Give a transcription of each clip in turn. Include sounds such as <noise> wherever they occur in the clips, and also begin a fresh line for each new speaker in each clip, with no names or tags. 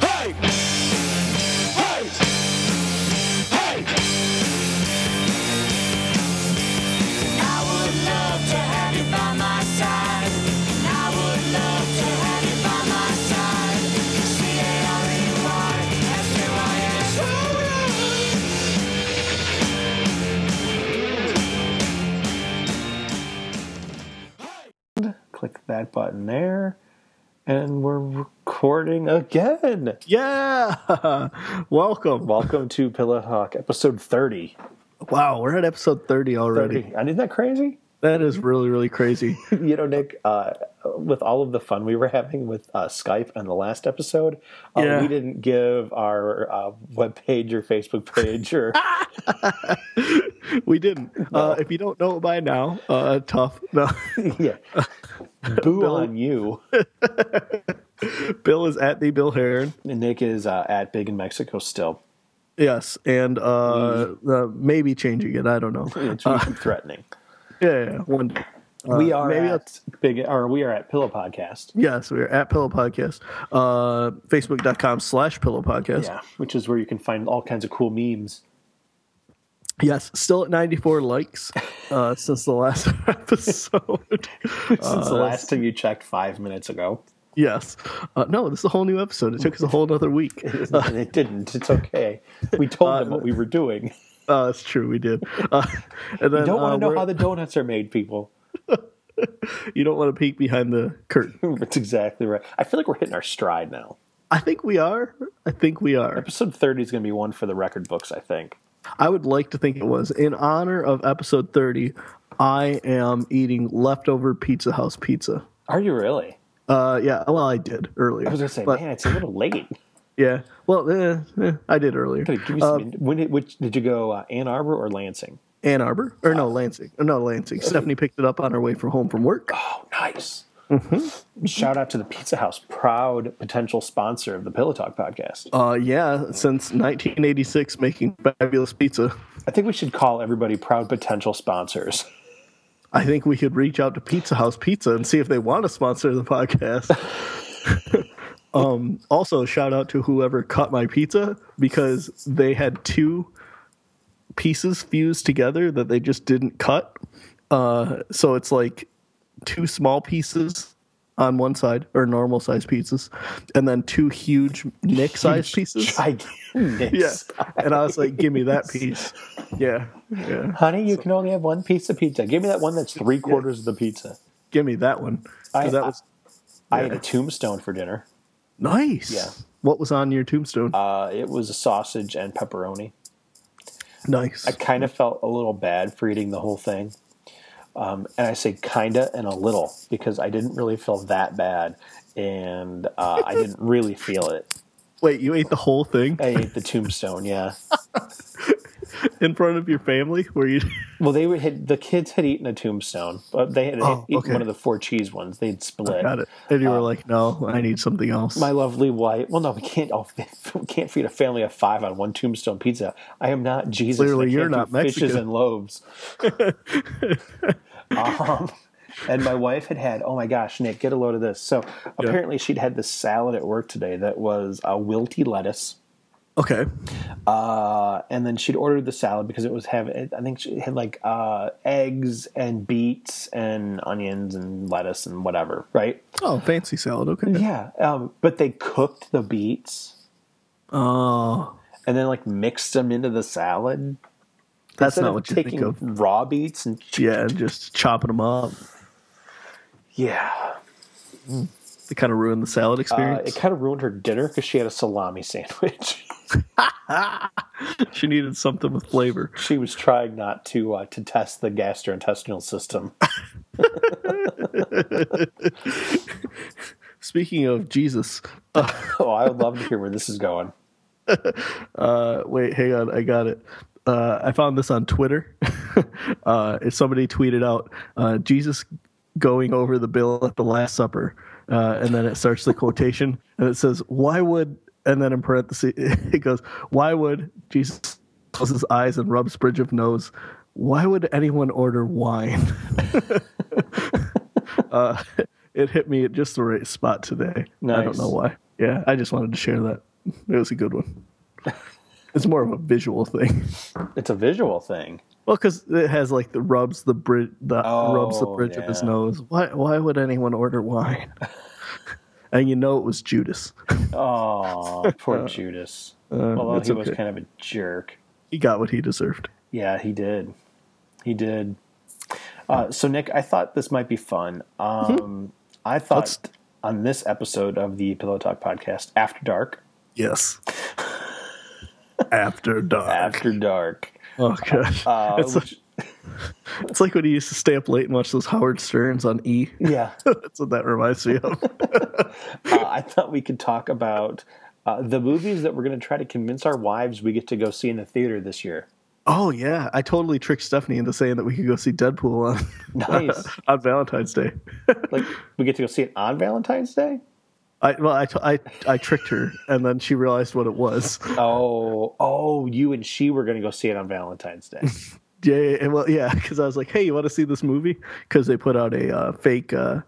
Hey! Hey! Hey! I would love to have you by my side. And I would love to have you by my side. C-A-R-E-Y, S-U-I-S.
click that button there and we're recording again
Yeah. <laughs> Welcome.
welcome to pillow talk episode 30
Wow, we're at episode 30 already.
30 and isn't that crazy
That is really, really crazy.
<laughs> you know nick uh, with all of the fun we were having with uh, skype and the last episode uh,
Yeah.
we didn't give our uh, web page or facebook page
<laughs>
or <laughs>
We didn't. Uh, if you don't know it by now, uh, tough. No. <laughs>
yeah boo on you
Bill is at the Bill Heron.
And nick is uh, at big in mexico still
Yes. And uh,
Mm.
uh, maybe changing it. I don't know.
which we keep threatening
Yeah. yeah, One day.
we are
Uh, maybe
at
that's-
big or we are at pillow podcast
Yes, we're at Pillow Podcast. Uh, Facebook.com slash Pillow Podcast.
yeah which is where you can find all kinds of cool
<laughs>
memes
Yes, still at 94 likes
<laughs>
uh, since the last <laughs> episode.
since the last time you checked five minutes
<laughs>
ago.
Yes. Uh, no, this is a whole new episode. It took us a whole other week. Uh,
and it didn't. It's okay. We told them what we were
<laughs>
doing.
Oh, that's true. We did. <laughs> Uh, and then,
You don't
uh,
want to know
we're-
how the donuts are made, people. <laughs>
you don't want to peek behind the curtain.
That's exactly right. I feel like we're hitting our stride now.
I think we are. I think we are.
Episode 30 is going to be one for the record books, I think.
I would like to think it was in honor of episode thirty. I am eating leftover Pizza House pizza.
Are you really?
Uh, yeah. Well, I did earlier.
I was going to say,
but,
man, it's a little late. <laughs>
yeah. Well, eh, eh, I did earlier.
Hey, Give me
Uh,
some, when did, which, did you go uh, Ann Arbor or Lansing?
Ann Arbor, or no, Lansing, or no, Lansing. Stephanie picked it up on her way from home from work.
Oh, nice.
Mm-hmm.
Shout out to the Pizza House, proud potential sponsor of the Pillow Talk podcast.
Uh, yeah, since 1986, making fabulous pizza.
I think we should call everybody proud potential <laughs> sponsors.
I think we could reach out to Pizza House Pizza and see if they want to sponsor the podcast. um, also, shout out to whoever cut my pizza because they had two pieces fused together that they just didn't cut. Uh, so it's like two small pieces on one side or normal size pieces, and then two huge Nick size pieces.
Gigantic.
Yeah. And I was like, give me that piece. Yeah. Yeah.
Honey, you can only have one piece of pizza. Give me that one that's three quarters of the pizza.
Give me that one. 'Cause
I-
that
I-
was
I had a tombstone for dinner.
Nice.
Yeah.
What was on your tombstone?
Uh, it was a sausage and pepperoni.
nice.
I kind of felt a little bad for eating the whole thing. Um, and I say kinda and a little because I didn't really feel that bad. And uh, I didn't really feel it.
Wait, you ate the whole thing
I ate the tombstone, yeah.
in front of your family? Were you? <laughs>
Well, they were, had, the kids had eaten a tombstone, but they had
Oh,
eaten
okay.
one of the four cheese ones. They'd split.
Got it. And you were like, "No, I need something else."
Uh, my lovely wife. Well, no, we can't. all <laughs> we can't feed a family of five on one tombstone pizza. I am not Jesus.
Clearly
I
you're
can't
not
do Fishes
Mexican.
and
<laughs>
loaves. um, and my wife had had. Oh my gosh, Nick, get a load of this. So apparently she'd had this salad at work today that was a wilty lettuce.
okay.
Uh, and then she'd ordered the salad because it was having. I think she had like uh, eggs and beets and onions and lettuce and whatever, right?
Oh, fancy salad. Okay.
Yeah, um, but they cooked the beets
Oh,
and then like mixed them into the salad.
that's
Instead
not
of
what you
taking
think of.
raw beets and
Yeah, just chopping them up.
yeah.
They kind of ruined the salad
Uh,
experience.
it kind of ruined her dinner because she had a salami <laughs> sandwich.
<laughs> she needed something with flavor.
she was trying not to uh, to test the gastrointestinal system. <laughs>
Speaking of Jesus,
oh, I would love to hear where this is going.
Uh, wait, hang on, I got it. Uh, I found this on Twitter. <laughs> uh, somebody tweeted out uh, Jesus going over the bill at the Last Supper, uh, and then it starts the quotation, and it says, "Why would?" And then in parentheses, <laughs> it goes, "Why would Jesus closes eyes and rubs bridge of nose? Why would anyone order wine?" <laughs> uh, it hit me at just the right spot today. I don't
Nice.
know why. Yeah, I just wanted to share that. It was a good one. It's more of a visual thing. <laughs>
It's a visual thing.
Well, because it has like the rubs the bridge, the rubs the
Oh,
bridge of his
yeah.
nose. Why? Why would anyone
<laughs>
order wine? and you know it was Judas. <laughs>
Oh, poor Judas. Although
that's
he was
Uh, okay.
kind of a jerk.
He got what he deserved.
Yeah, he did. He did. Uh, so, Nick, I thought this might be fun. Um, I thought
Let's-
on this episode of the Pillow Talk podcast, After Dark, <laughs>
Yes. After dark.
After Dark,
Oh gosh. <laughs>
uh,
it's, like,
which-
it's like when he used to stay up late and watch those Howard Sterns on E. <laughs>
yeah,
That's what that reminds me
<laughs>
of.
uh, I thought we could talk about uh, the movies that we're going to try to convince our wives we get to go see in the theater this year.
oh yeah, I totally tricked Stephanie into saying that we could go see Deadpool on
Nice.
<laughs> on Valentine's Day.
like, we get to go see it on Valentine's Day?
I well, I, t- I I tricked her, and then she realized what it was.
Oh, oh, you and she were going to go see it on Valentine's Day. <laughs>
Yeah, yeah, yeah, well, yeah, because I was like, "Hey, you want to see this movie?" Because they put out a uh, fake, uh,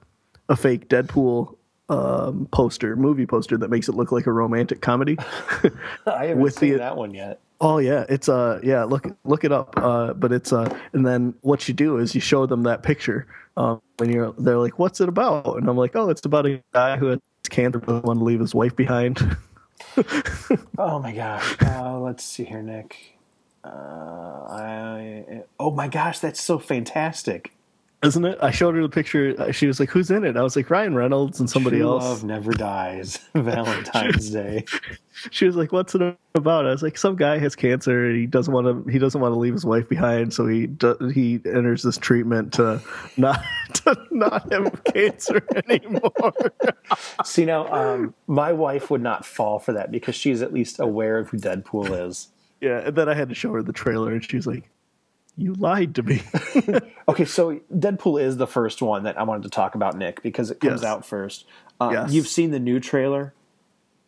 a fake Deadpool um, poster, movie poster that makes it look like a romantic comedy. <laughs>
I haven't
With
seen
the-
that one yet.
oh yeah, it's uh yeah look look it up. Uh, but it's uh and then what you do is you show them that picture. Um, and you're they're like, "What's it about?" And I'm like, "Oh, it's about a guy who has cancer but doesn't want to leave his wife behind." <laughs>
Oh my gosh. Uh, let's see here, Nick. Uh, I, oh my gosh, that's so fantastic.
Isn't it? I showed her the picture. Uh, She was like, "Who's in it?" I was like, "Ryan Reynolds and somebody
True
else."
love never dies. <laughs> Valentine's
<laughs>
Day.
she was like, "What's it about?" I was like, "Some guy has cancer. And he doesn't want to. He doesn't want to leave his wife behind. So he do, he enters this treatment to not <laughs> to not have cancer <laughs> anymore."
See now, um, my wife would not fall for that because she's at least aware of who Deadpool is.
yeah, and then I had to show her the trailer, and she was like, "You lied to me." <laughs>
Okay, so Deadpool is the first one that I wanted to talk about, Nick, because it comes
Yes.
out first. Uh,
Yes.
You've seen the new trailer.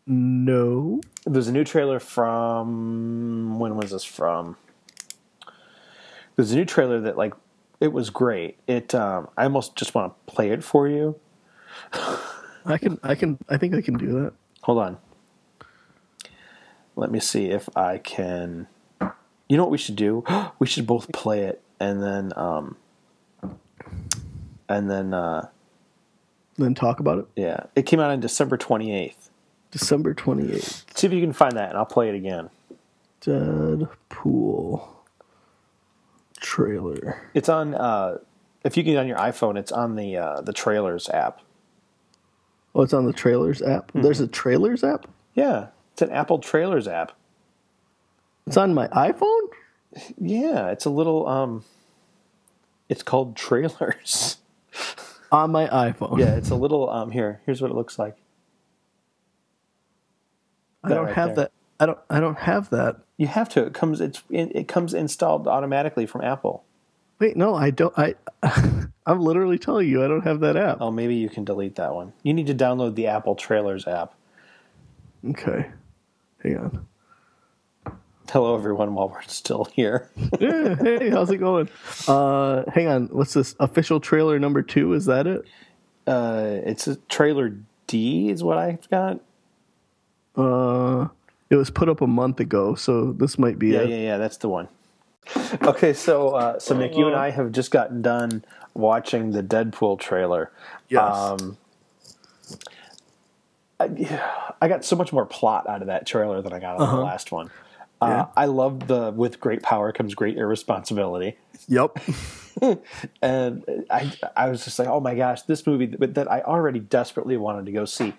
no,
There's a new trailer from when was this from? There's a new trailer that like it was great. It um, I almost just want to play it for you.
I can, I can, I think I can do that.
Hold on. Let me see if I can. You know what we should do? <gasps> we should both play it and then um, and then uh,
Then talk about it.
yeah, it came out on December 28th.
December twenty eighth,
See if you can find that, and I'll play it again.
Deadpool trailer.
It's on. Uh, if you can get on your iPhone, it's on the uh, the trailers app.
Oh, it's on the trailers app.
Mm-hmm.
There's a trailers app.
Yeah, it's an Apple Trailers app.
It's on my iPhone.
Yeah, it's a little. um It's called <laughs> Trailers.
On my iPhone.
Yeah, it's a little. um Here, here's what it looks like.
I
that
don't
right
have
there.
that. I don't. I don't have that.
You have to. It comes. It's it comes installed automatically from Apple.
Wait, no, I don't. I. <laughs> I'm literally telling you, I don't have that app.
Oh, maybe you can delete that one. You need to download the Apple Trailers app.
Okay, hang on. <laughs>
Hello, everyone. While we're still <laughs> here,
Yeah, hey, how's it going? Uh, hang on. What's this official trailer number two? Is that it?
uh, it's a trailer D is what I've got.
Uh, it was put up a month ago, so this might be
Yeah,
it.
yeah, yeah. That's the one. Okay, so uh, so Nick, you and I have just gotten done watching the Deadpool trailer.
Yes.
Um, I, I got so much more plot out of that trailer than I got out of the last one. Uh,
Uh-huh. Yeah.
I loved the "with great power comes great irresponsibility,"
Yep.
and I I was just like, "Oh my gosh, this movie that, that I already desperately wanted to go see,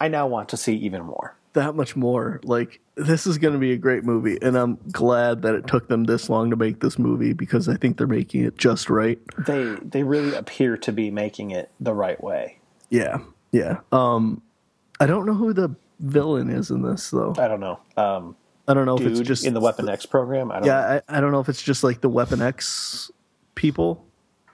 I now want to see even more."
that much more. Like this is going to be a great movie, and I'm glad that it took them this long to make this movie because I think they're making it just right.
They they really appear to be making it the right way.
Yeah, yeah. Um, I don't know who the villain is in this though.
I don't know. Um,
I don't know if it's
dude
just
in the Weapon X program. I don't know.
yeah. I, I don't know if it's just like the Weapon X people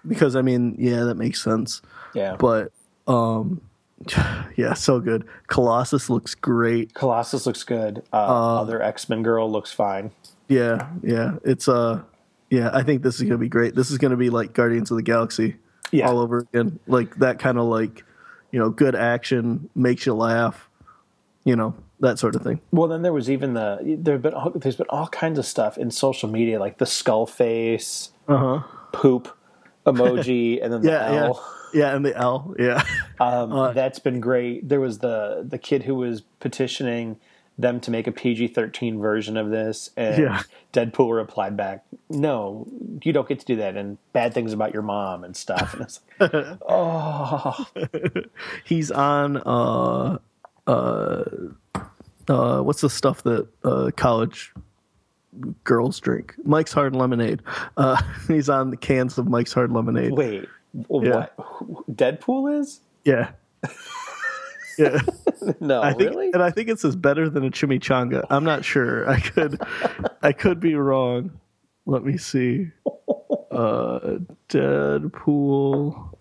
because I mean, yeah, that makes sense.
Yeah.
But um, <sighs> yeah, so good. Colossus looks great.
Colossus looks good. Uh,
Um,
other X Men girl looks fine.
Yeah, yeah. It's uh yeah, I think this is gonna be great. This is gonna be like Guardians of the Galaxy
Yeah.
all over again. Like that kind of like, you know, good action, makes you laugh, you know, that sort of thing.
Well, then there was even the there've been all- there's been all kinds of stuff in social media like the skull face,
Uh-huh.
poop
<laughs>
emoji, and then the
Yeah, Uh,
L.
yeah. Yeah, and the L. Yeah. <laughs>
Um, that's been great. There was the the kid who was petitioning them to make a PG thirteen version of this, and
Yeah.
Deadpool replied back, "No, you don't get to do that." And bad things about your mom and stuff. And it's like,
He's on uh uh uh what's the stuff that uh college girls drink? Mike's hard lemonade. Uh <laughs> he's on the cans of Mike's hard lemonade.
wait,
Yeah.
what? Who- Deadpool is <laughs>
Yeah. yeah.
no,
I think
really.
and I think it says better than a chimichanga. I'm not sure. I could I could be wrong. Let me see. Uh Deadpool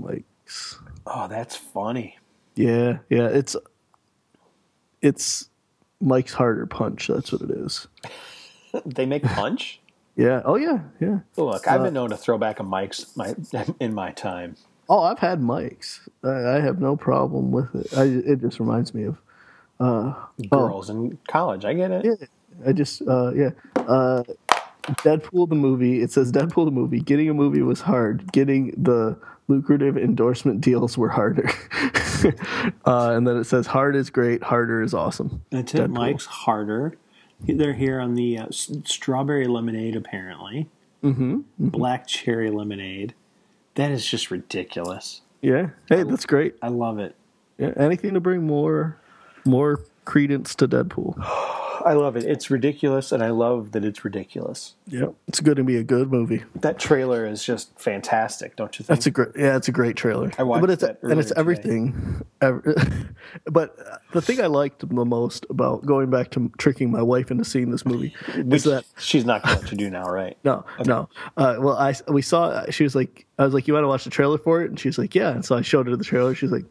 Mike's
oh, that's funny.
Yeah, yeah. It's it's Mike's harder punch, that's what it is.
They make punch.
Yeah. Oh yeah, yeah.
Look, I've been known to throw back a Mike's my <laughs> in my time.
Oh, I've had Mike's. I, I have no problem with it. I, it just reminds me of
Girls in college, I get it.
I just uh yeah. Uh Deadpool the movie. It says Deadpool the movie. Getting a movie was hard. Getting the lucrative endorsement deals were harder. <laughs> uh, and then it says hard is great, harder is awesome.
That's it.
Deadpool.
Mike's harder. They're here on the uh, s- strawberry lemonade, apparently. Mm-hmm. Black cherry lemonade. That is just ridiculous.
Yeah. Hey, that's great.
I love it.
Yeah, anything to bring more more credence to Deadpool.
I love it. It's ridiculous, and I love that it's ridiculous.
Yeah. It's going to be a good movie.
That trailer is just fantastic, don't you think?
That's a great. Yeah, it's a great trailer. I
watched
but it's,
that
and it's
earlier today.
everything. Ever- <laughs> but uh, the thing I liked the most about going back to tricking my wife into seeing
<laughs>
this movie
Which
is that
she's not going to do now, right?
no, no. Uh, well, I we saw. She was like, I was like, you want to watch the trailer for it? And she's like, yeah. And so I showed her the trailer. She's like,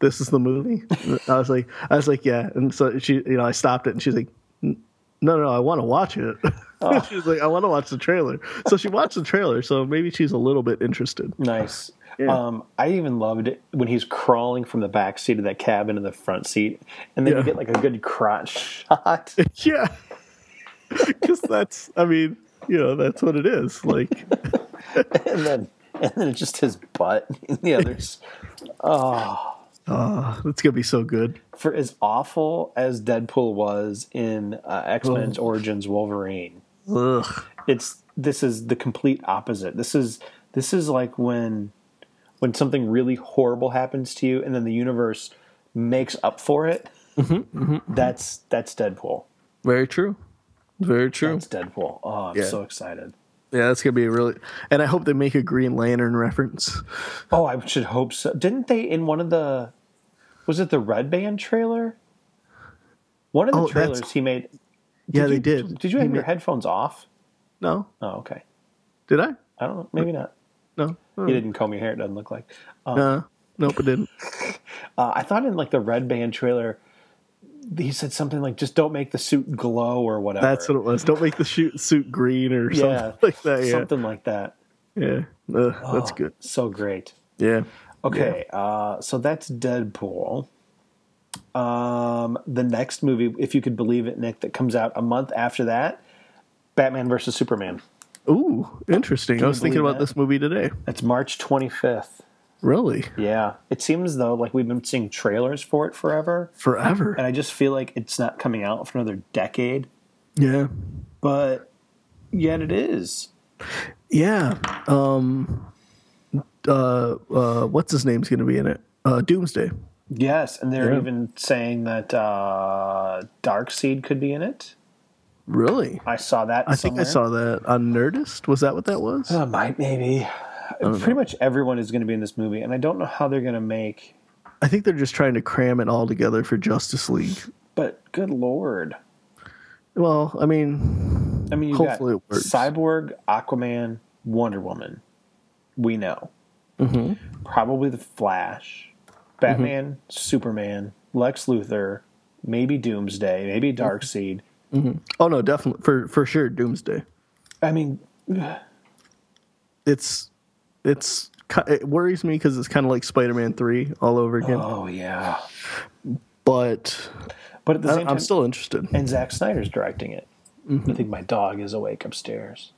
this is the movie. <laughs> And I was like, I was like, yeah. And so she, you know, I stopped it, and she's like, no, no, I want to watch it. <laughs>
Oh.
she was like, I want to watch the trailer. So she watched the trailer. So maybe she's a little bit interested.
Nice. Um, I even loved it when he's crawling from the back seat of that cab into the front seat, and then
Yeah.
you get like a good crotch <laughs> shot.
Yeah. <laughs> Because that's, I mean, you know, that's what it is. Like,
and then and then it's just his butt <laughs> and the others.
it's going to be so good.
For as awful as Deadpool was in uh, X Men's Origins Wolverine,
Ugh.
it's this is the complete opposite. This is this is like when when something really horrible happens to you, and then the universe makes up for it. That's that's Deadpool.
Very true. Very true.
That's Deadpool. Oh, I'm
Yeah.
so excited.
yeah, that's going to be really, and I hope they make a Green Lantern reference.
Oh, I should hope so. Didn't they in one of the was it the Red Band trailer? One of the
Oh, that's-
trailers he made.
Yeah, they
you-
did.
Did you
He
have your
ma-
headphones off?
No.
Oh, okay.
Did I?
I don't know. Maybe not.
No. Oh,
You didn't comb your hair. It doesn't look like.
no. Nope, it didn't.
Uh, I thought in like the Red Band trailer, he said something like, "Just don't make the suit glow" or whatever.
That's what it was. Don't make the shoot suit green or
Yeah,
something <laughs> like that. Yeah.
something like that.
Yeah. Ugh, that's
Oh,
good.
So great.
Yeah.
Okay, uh, so that's Deadpool. Um, the next movie, if you could believe it, Nick, that comes out a month after that, Batman versus Superman.
Ooh, interesting. I was thinking
believe
about
that?
this movie today.
It's March 25th.
Really?
Yeah, it seems though like we've been seeing trailers for it forever,
Forever.
and I just feel like it's not coming out for another decade.
Yeah.
But yet it is.
Yeah. Um uh uh what's his name's gonna be in it? Uh Doomsday.
Yes, and they're
Yeah.
even saying that uh, Darkseid could be in it.
Really?
I saw that.
I think I saw that on Nerdist. Was that what that was?
Uh, might maybe. Pretty much everyone is going to be in this movie, and I don't know how they're going to make.
I think they're just trying to cram it all together for Justice League.
But good lord!
Well, I mean,
I mean, you
Hopefully it
got
works.
Cyborg, Aquaman, Wonder Woman. We know
Mm-hmm.
probably the Flash, Batman, Superman, Lex Luthor, maybe Doomsday, maybe
Mm-hmm.
Darkseid.
Oh no, definitely for for sure Doomsday.
I mean, <sighs>
It's it's ki- it worries me because it's kind of like Spider-Man three all over again.
oh yeah,
But
but at the
I,
same
I'm
time,
still Mm-hmm. interested.
and Zack Snyder's directing it. I think my dog is awake upstairs.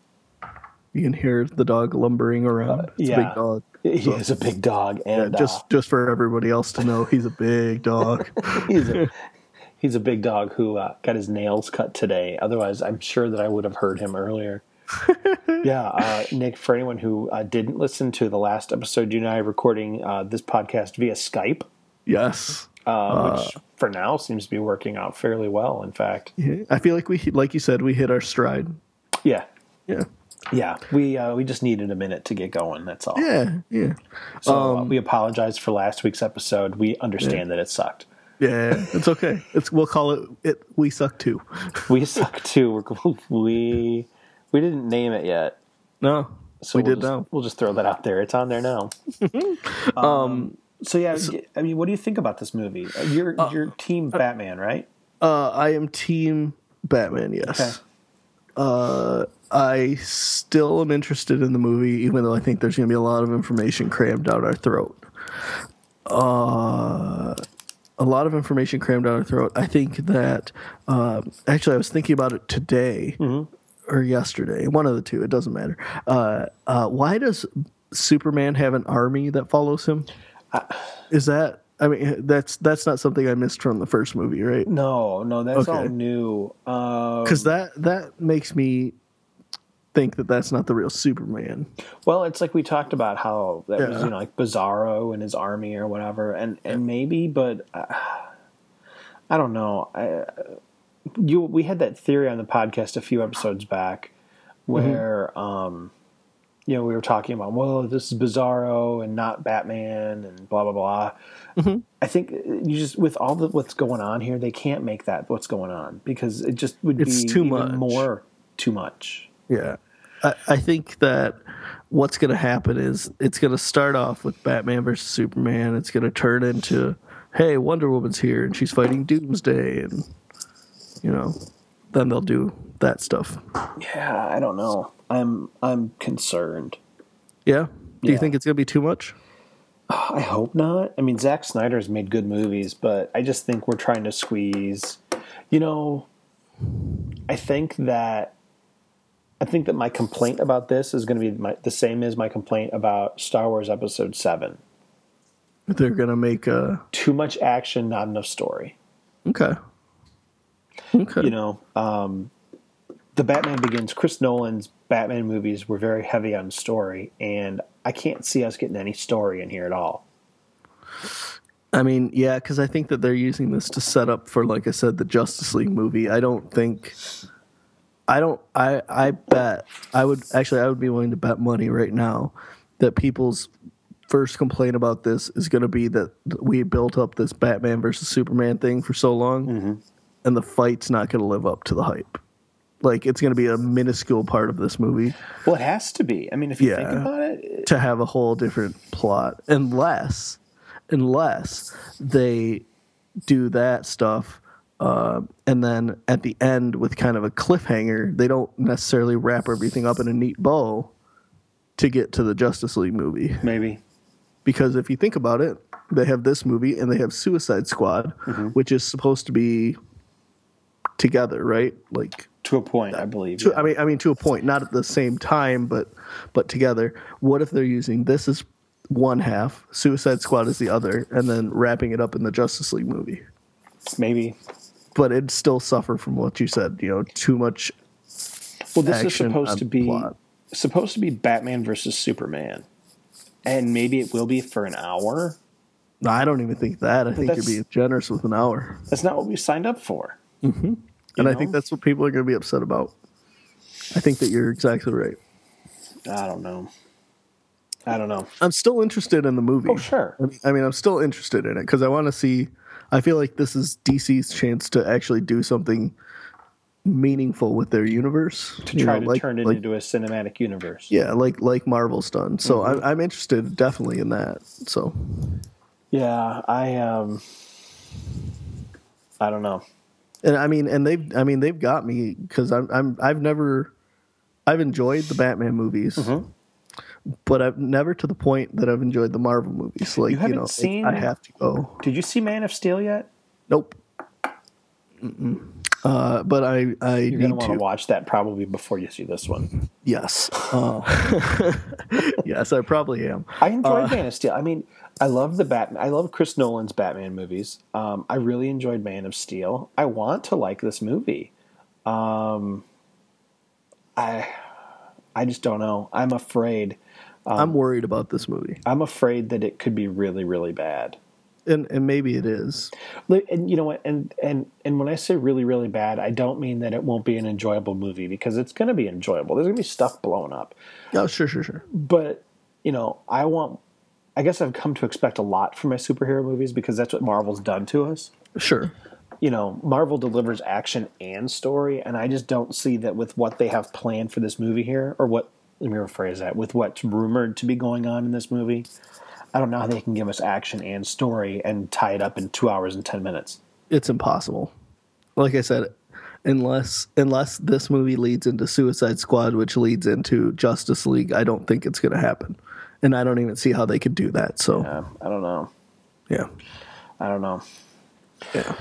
You can hear the dog lumbering around. It's a
yeah.
big dog.
He is a big dog, and uh,
just just for everybody else to know, he's a big dog.
<laughs> he's
<laughs>
a, he's a big dog who uh, got his nails cut today. Otherwise, I'm sure that I would have heard him
<laughs>
earlier. yeah, uh, Nick. For anyone who uh, didn't listen to the last episode, you and I are recording uh, this podcast via Skype,
yes.
uh, which for now seems to be working out fairly well. In fact,
Yeah. I feel like we like you said we hit our stride.
yeah,
Yeah.
yeah. We uh, we just needed a minute to get going. That's all.
Yeah. um, Yeah.
so uh, we apologize for last week's episode. We understand that it sucked.
Yeah. It's okay. It's we'll call it it we suck too.
We <laughs> suck too. We're, we we didn't name it yet.
No. we
we'll
did
just,
now.
We'll just throw that out there. It's on there now. <laughs> um, so yeah, I mean, what do you think about this movie? Uh, You're you're team Batman, right?
Uh I am team Batman, yes. Uh,
Okay.
I still am interested in the movie, even though I think there's going to be a lot of information crammed down our throat. Uh, a lot of information crammed down our throat. I think that um, actually, I was thinking about it today or yesterday, one of the two. It doesn't matter. Uh, uh, why does Superman have an army that follows him? Is that I mean that's that's not something I missed from the first movie, right?
No, no, that's all
Okay.
new. Uh,
Because that that makes me think that that's not the real Superman.
well, it's like we talked about how that was
Yeah.
you know like Bizarro and his army or whatever, and and maybe, but uh, I don't know. I, you we had that theory on the podcast a few episodes back
Mm-hmm.
where um you know we were talking about well this is bizarro and not batman and blah blah blah
Mm-hmm.
i think uh, you just with all the what's going on here they can't make that what's going on because it just would
It's
be
too
even
much.
more too much
Yeah. I, I think that what's going to happen is it's going to start off with Batman versus Superman. It's going to turn into, hey, Wonder Woman's here and she's fighting Doomsday. And, you know, then they'll do that stuff.
yeah i don't know i'm i'm concerned
Yeah. Do
Yeah.
you think it's going to be too much?
i hope not i mean Zack snyder's made good movies but i just think we're trying to squeeze you know i think that I think that my complaint about this is going to be my, the same as my complaint about Star Wars Episode 7.
They're going to make a.
Too much action, not enough story.
Okay. Okay.
You know, um, the Batman Begins, Chris Nolan's Batman movies were very heavy on story, and I can't see us getting any story in here at all.
I mean, yeah, because I think that they're using this to set up for, like I said, the Justice League movie. I don't think, I don't, I, I bet I would actually, I would be willing to bet money right now that people's first complaint about this is going to be that we built up this Batman versus Superman thing for so long, and the fight's not going to live up to the hype. Like it's going to be a minuscule part of this movie
Well, it has to be. I mean, if you think
Yeah.
about it,
to have a whole different plot unless unless they do that stuff uh, and then at the end with kind of a cliffhanger they don't necessarily wrap everything up in a neat bow to get to the justice league movie
maybe.
because if you think about it they have this movie and they have suicide squad which is supposed to be together right like
To a point, I believe.
to,
yeah.
I mean, I mean, to a point, not at the same time, but but together. What if they're using this is one half, Suicide Squad is the other, and then wrapping it up in the Justice League movie?
maybe.
But it'd still suffer from what you said. You know, too much.
Well, this is
action
supposed
on
to be
plot.
supposed to be Batman versus Superman, and maybe it will be for an hour.
No, I don't even think that. I think
that's-
you're being generous with an hour,
That's not what we signed up for.
Mm-hmm. and I
know?
think that's what people are going to be upset about. I think that you're exactly right.
I don't know. I don't know.
I'm still interested in the movie.
Oh, sure.
I mean, I mean, I'm still interested in it because I want to see. I feel like this is DC's chance to actually do something meaningful with their universe
to try to
like,
turn it
like,
into a cinematic universe.
yeah, like like Marvel's done. So
Mm-hmm.
I'm I'm interested definitely in that. So
Yeah, I um, I don't know.
and I mean and they've I mean they've got me because I'm I'm I've never I've enjoyed the Batman movies,
Mm-hmm.
but I've never to the point that I've enjoyed the Marvel movies. Like you,
haven't
know, like,
seen-
I have to go.
Did you see Man of Steel yet?
Nope. Mm-mm. Uh, but I I
You're
need
gonna want to watch that probably before you see this one.
Yes. Uh, <laughs> yes, I probably am.
I enjoyed Man of Steel. I mean, I love the Batman. I love Chris Nolan's Batman movies. Um, I really enjoyed Man of Steel. I want to like this movie. Um, I, I just don't know. I'm afraid. Um,
I'm worried about this movie,
I'm afraid that it could be really, really bad.
and and maybe it is.
Like, and you know what and and and when i say really really bad i don't mean that it won't be an enjoyable movie because it's going to be enjoyable there's going to be stuff blown up
Oh, sure, sure, sure.
but you know i want i guess i've come to expect a lot from my superhero movies because that's what marvel's done to us
Sure.
you know marvel delivers action and story and i just don't see that with what they have planned for this movie here or what let me rephrase that with what's rumored to be going on in this movie i don't know how they can give us action and story and tie it up in two hours and ten minutes
It's impossible. Like I said, unless unless this movie leads into Suicide Squad, which leads into Justice League, I don't think it's going to happen. And I don't even see how they could do that. So
Uh, i don't know
yeah,
I don't know. Um,
yeah.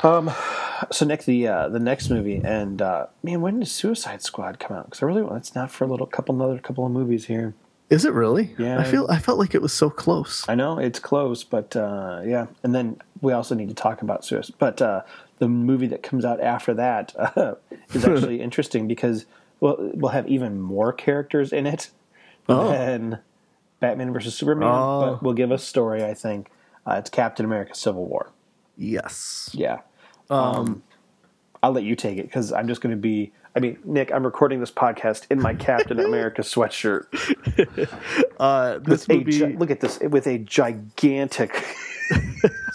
So Nick, the uh, the next movie, and uh, man, when does Suicide Squad come out? Because I really want it's not for a little couple another couple of movies here.
Is it really?
Yeah.
I feel I felt like it was so close.
I know it's close, but uh, yeah. And then we also need to talk about Suicide. But uh, the movie that comes out after that <laughs> uh, is
<laughs>
actually interesting because well, we'll have even more characters in it
Oh.
than Batman versus Superman,
Oh.
but will give us story. I think uh, it's Captain America: Civil War.
Yes.
Yeah. Um, I'll let you take it because I'm just going to be. I mean, Nick, I'm recording this podcast in my Captain
<laughs>
America sweatshirt.
Uh, this
A
movie.
gi- look at this with a gigantic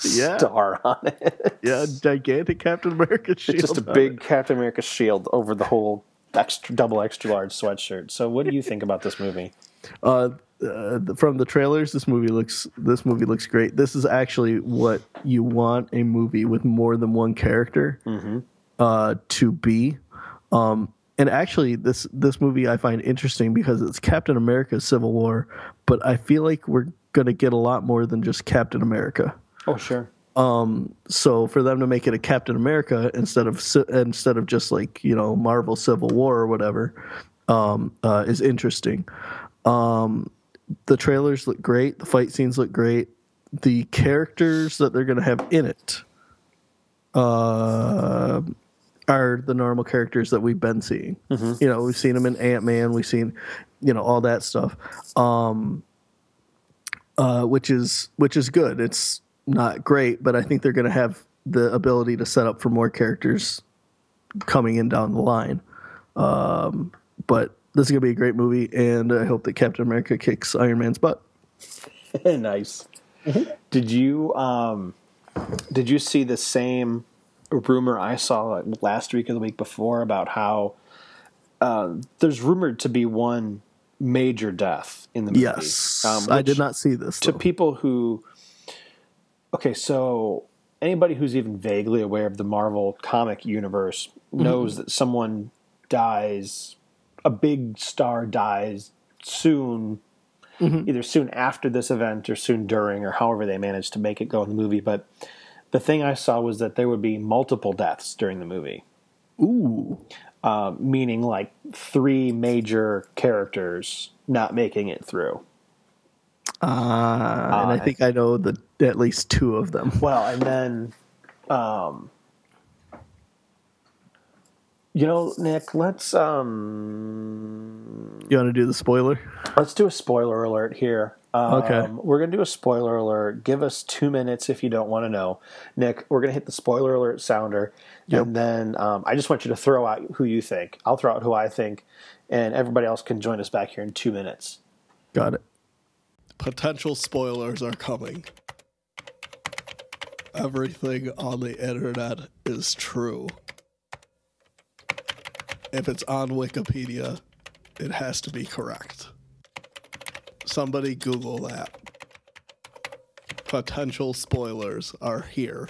Yeah.
star on it.
Yeah, gigantic Captain America shield.
It's just a
on
big
it.
Captain America shield over the whole extra, double extra large sweatshirt. So, what do you think about this movie?
Uh, uh, from the trailers, this movie looks this movie looks great. This is actually what you want a movie with more than one character
Mm-hmm.
uh, to be. Um, and actually, this this movie I find interesting because it's Captain America: Civil War, but I feel like we're gonna get a lot more than just Captain America.
Oh, sure.
so for them to make it a Captain America instead of ci- instead of just like you know Marvel Civil War or whatever um, uh, is interesting. Um, the trailers look great. The fight scenes look great. The characters that they're going to have in it uh, are the normal characters that we've been seeing. You know, we've seen them in Ant Man. We've seen you know all that stuff uh, which is which is good. It's not great, but I think they're going to have the ability to set up for more characters coming in down the line. Um, but this is going to be a great movie, and I hope that Captain America kicks Iron Man's butt.
<laughs> nice. Did you um, did you see the same rumor I saw like, last week or the week before about how uh, there's rumored to be one major death in the movie?
Yes,
um,
I
which
did not see this.
To
though.
people who, okay, so anybody who's even vaguely aware of the Marvel comic universe knows that someone dies, a big star dies soon either soon after this event or soon during or however they managed to make it go in the movie. But the thing I saw was that there would be multiple deaths during the movie,
Ooh,
uh, meaning like three major characters not making it through.
uh, and I think I know the at least two of them.
Well, and then, um, you know, Nick, let's um,
You want to do the spoiler?
let's do a spoiler alert here. Um,
Okay.
We're going to do a spoiler alert. Give us two minutes if you don't want to know. Nick, we're going to hit the spoiler alert sounder. And then um, I just want you to throw out who you think. I'll throw out who I think. And everybody else can join us back here in two minutes.
Got it.
Potential spoilers are coming. Everything on the internet is true. if it's on Wikipedia, it has to be correct. Somebody Google that. Potential spoilers are here.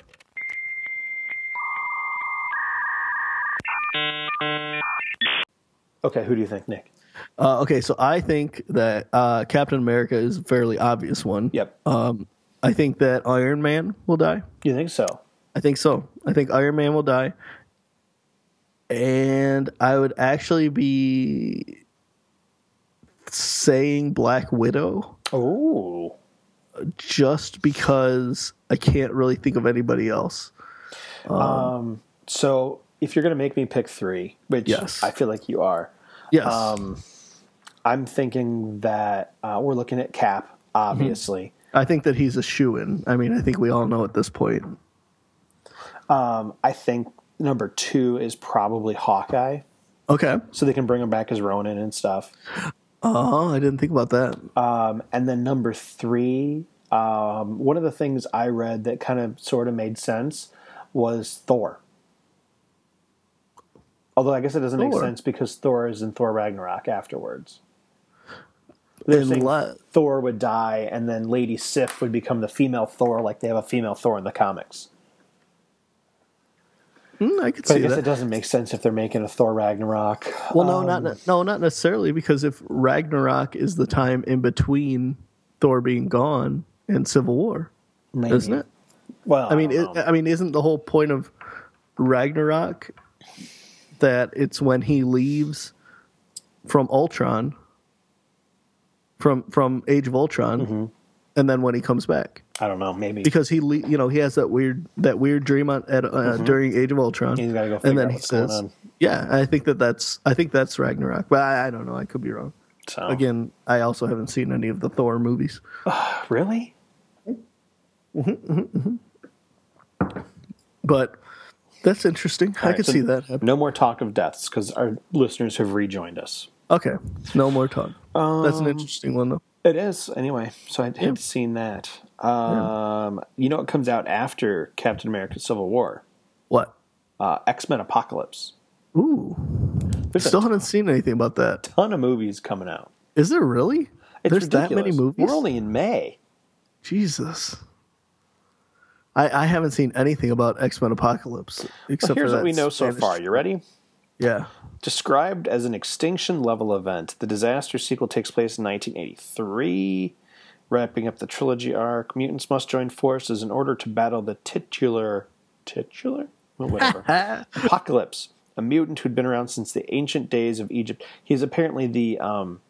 Okay, who do you think, Nick?
Uh, okay, so I think that uh, Captain America is a fairly obvious one.
Yep.
Um, I think that Iron Man will die.
You think so?
I think so. I think Iron Man will die. And I would actually be saying Black Widow
Oh,
just because I can't really think of anybody else.
so if you're gonna make me pick three, which
Yes.
I feel like you are,
Yes.
Um, I'm thinking that uh, we're looking at Cap, obviously.
I think that he's a shoe in. I mean, I think we all know at this point.
I think number two is probably Hawkeye,
Okay.
so they can bring him back as Ronin and stuff.
Oh, I didn't think about that.
And then number three, um, one of the things I read that kind of sort of made sense was Thor. Although I guess it doesn't make
Thor.
sense because Thor is in Thor Ragnarok afterwards. They're saying
Unle-
Thor would die, and then Lady Sif would become the female Thor, like they have a female Thor in the comics.
Mm, I could
But I
see
guess
that.
it um, doesn't make sense if they're making a Thor Ragnarok.
Well, no, not ne- no, not necessarily because if Ragnarok is the time in between Thor being gone and Civil War,
Maybe.
isn't it?
Well,
I mean,
don't
is,
know.
I mean, isn't the whole point of Ragnarok that it's when he leaves from Ultron, from from Age of Ultron,
Mm-hmm.
and then when he comes back
I don't know. Maybe
because he, le- you know, he has that weird that weird dream on, at uh, during Age of Ultron.
Mm-hmm. He's gotta go figure
and then
out
he
what's going
says,
on.
"Yeah, I think that that's I think that's Ragnarok." But I, I don't know. I could be wrong.
so.
Again, I also haven't seen any of the Thor movies.
Really?
But that's interesting. I
All right,
could
so
see that. happen.
No more talk of deaths because our listeners have rejoined us.
Okay, no more talk. that's
Um,
an interesting one, though.
It is anyway. So I had seen that. Um, You know what comes out after Captain America: Civil War?
What?
Uh, X Men: Apocalypse.
Ooh,
There's
still
a
haven't seen anything about that.
ton of movies coming out.
Is there really?
It's
There's that
ridiculous.
many movies.
We're only in May.
Jesus. I, I haven't seen anything about X Men Apocalypse except
Here's
for
what we
that
know so
Spanish-
far. You ready?
Yeah.
Described as an extinction level event, the disaster sequel takes place in 1983, wrapping up the trilogy arc. Mutants must join forces in order to battle the titular. Titular? Well,
<laughs> Ah,
whatever. Apocalypse, a mutant who'd been around since the ancient days of Egypt. He's apparently the. Um,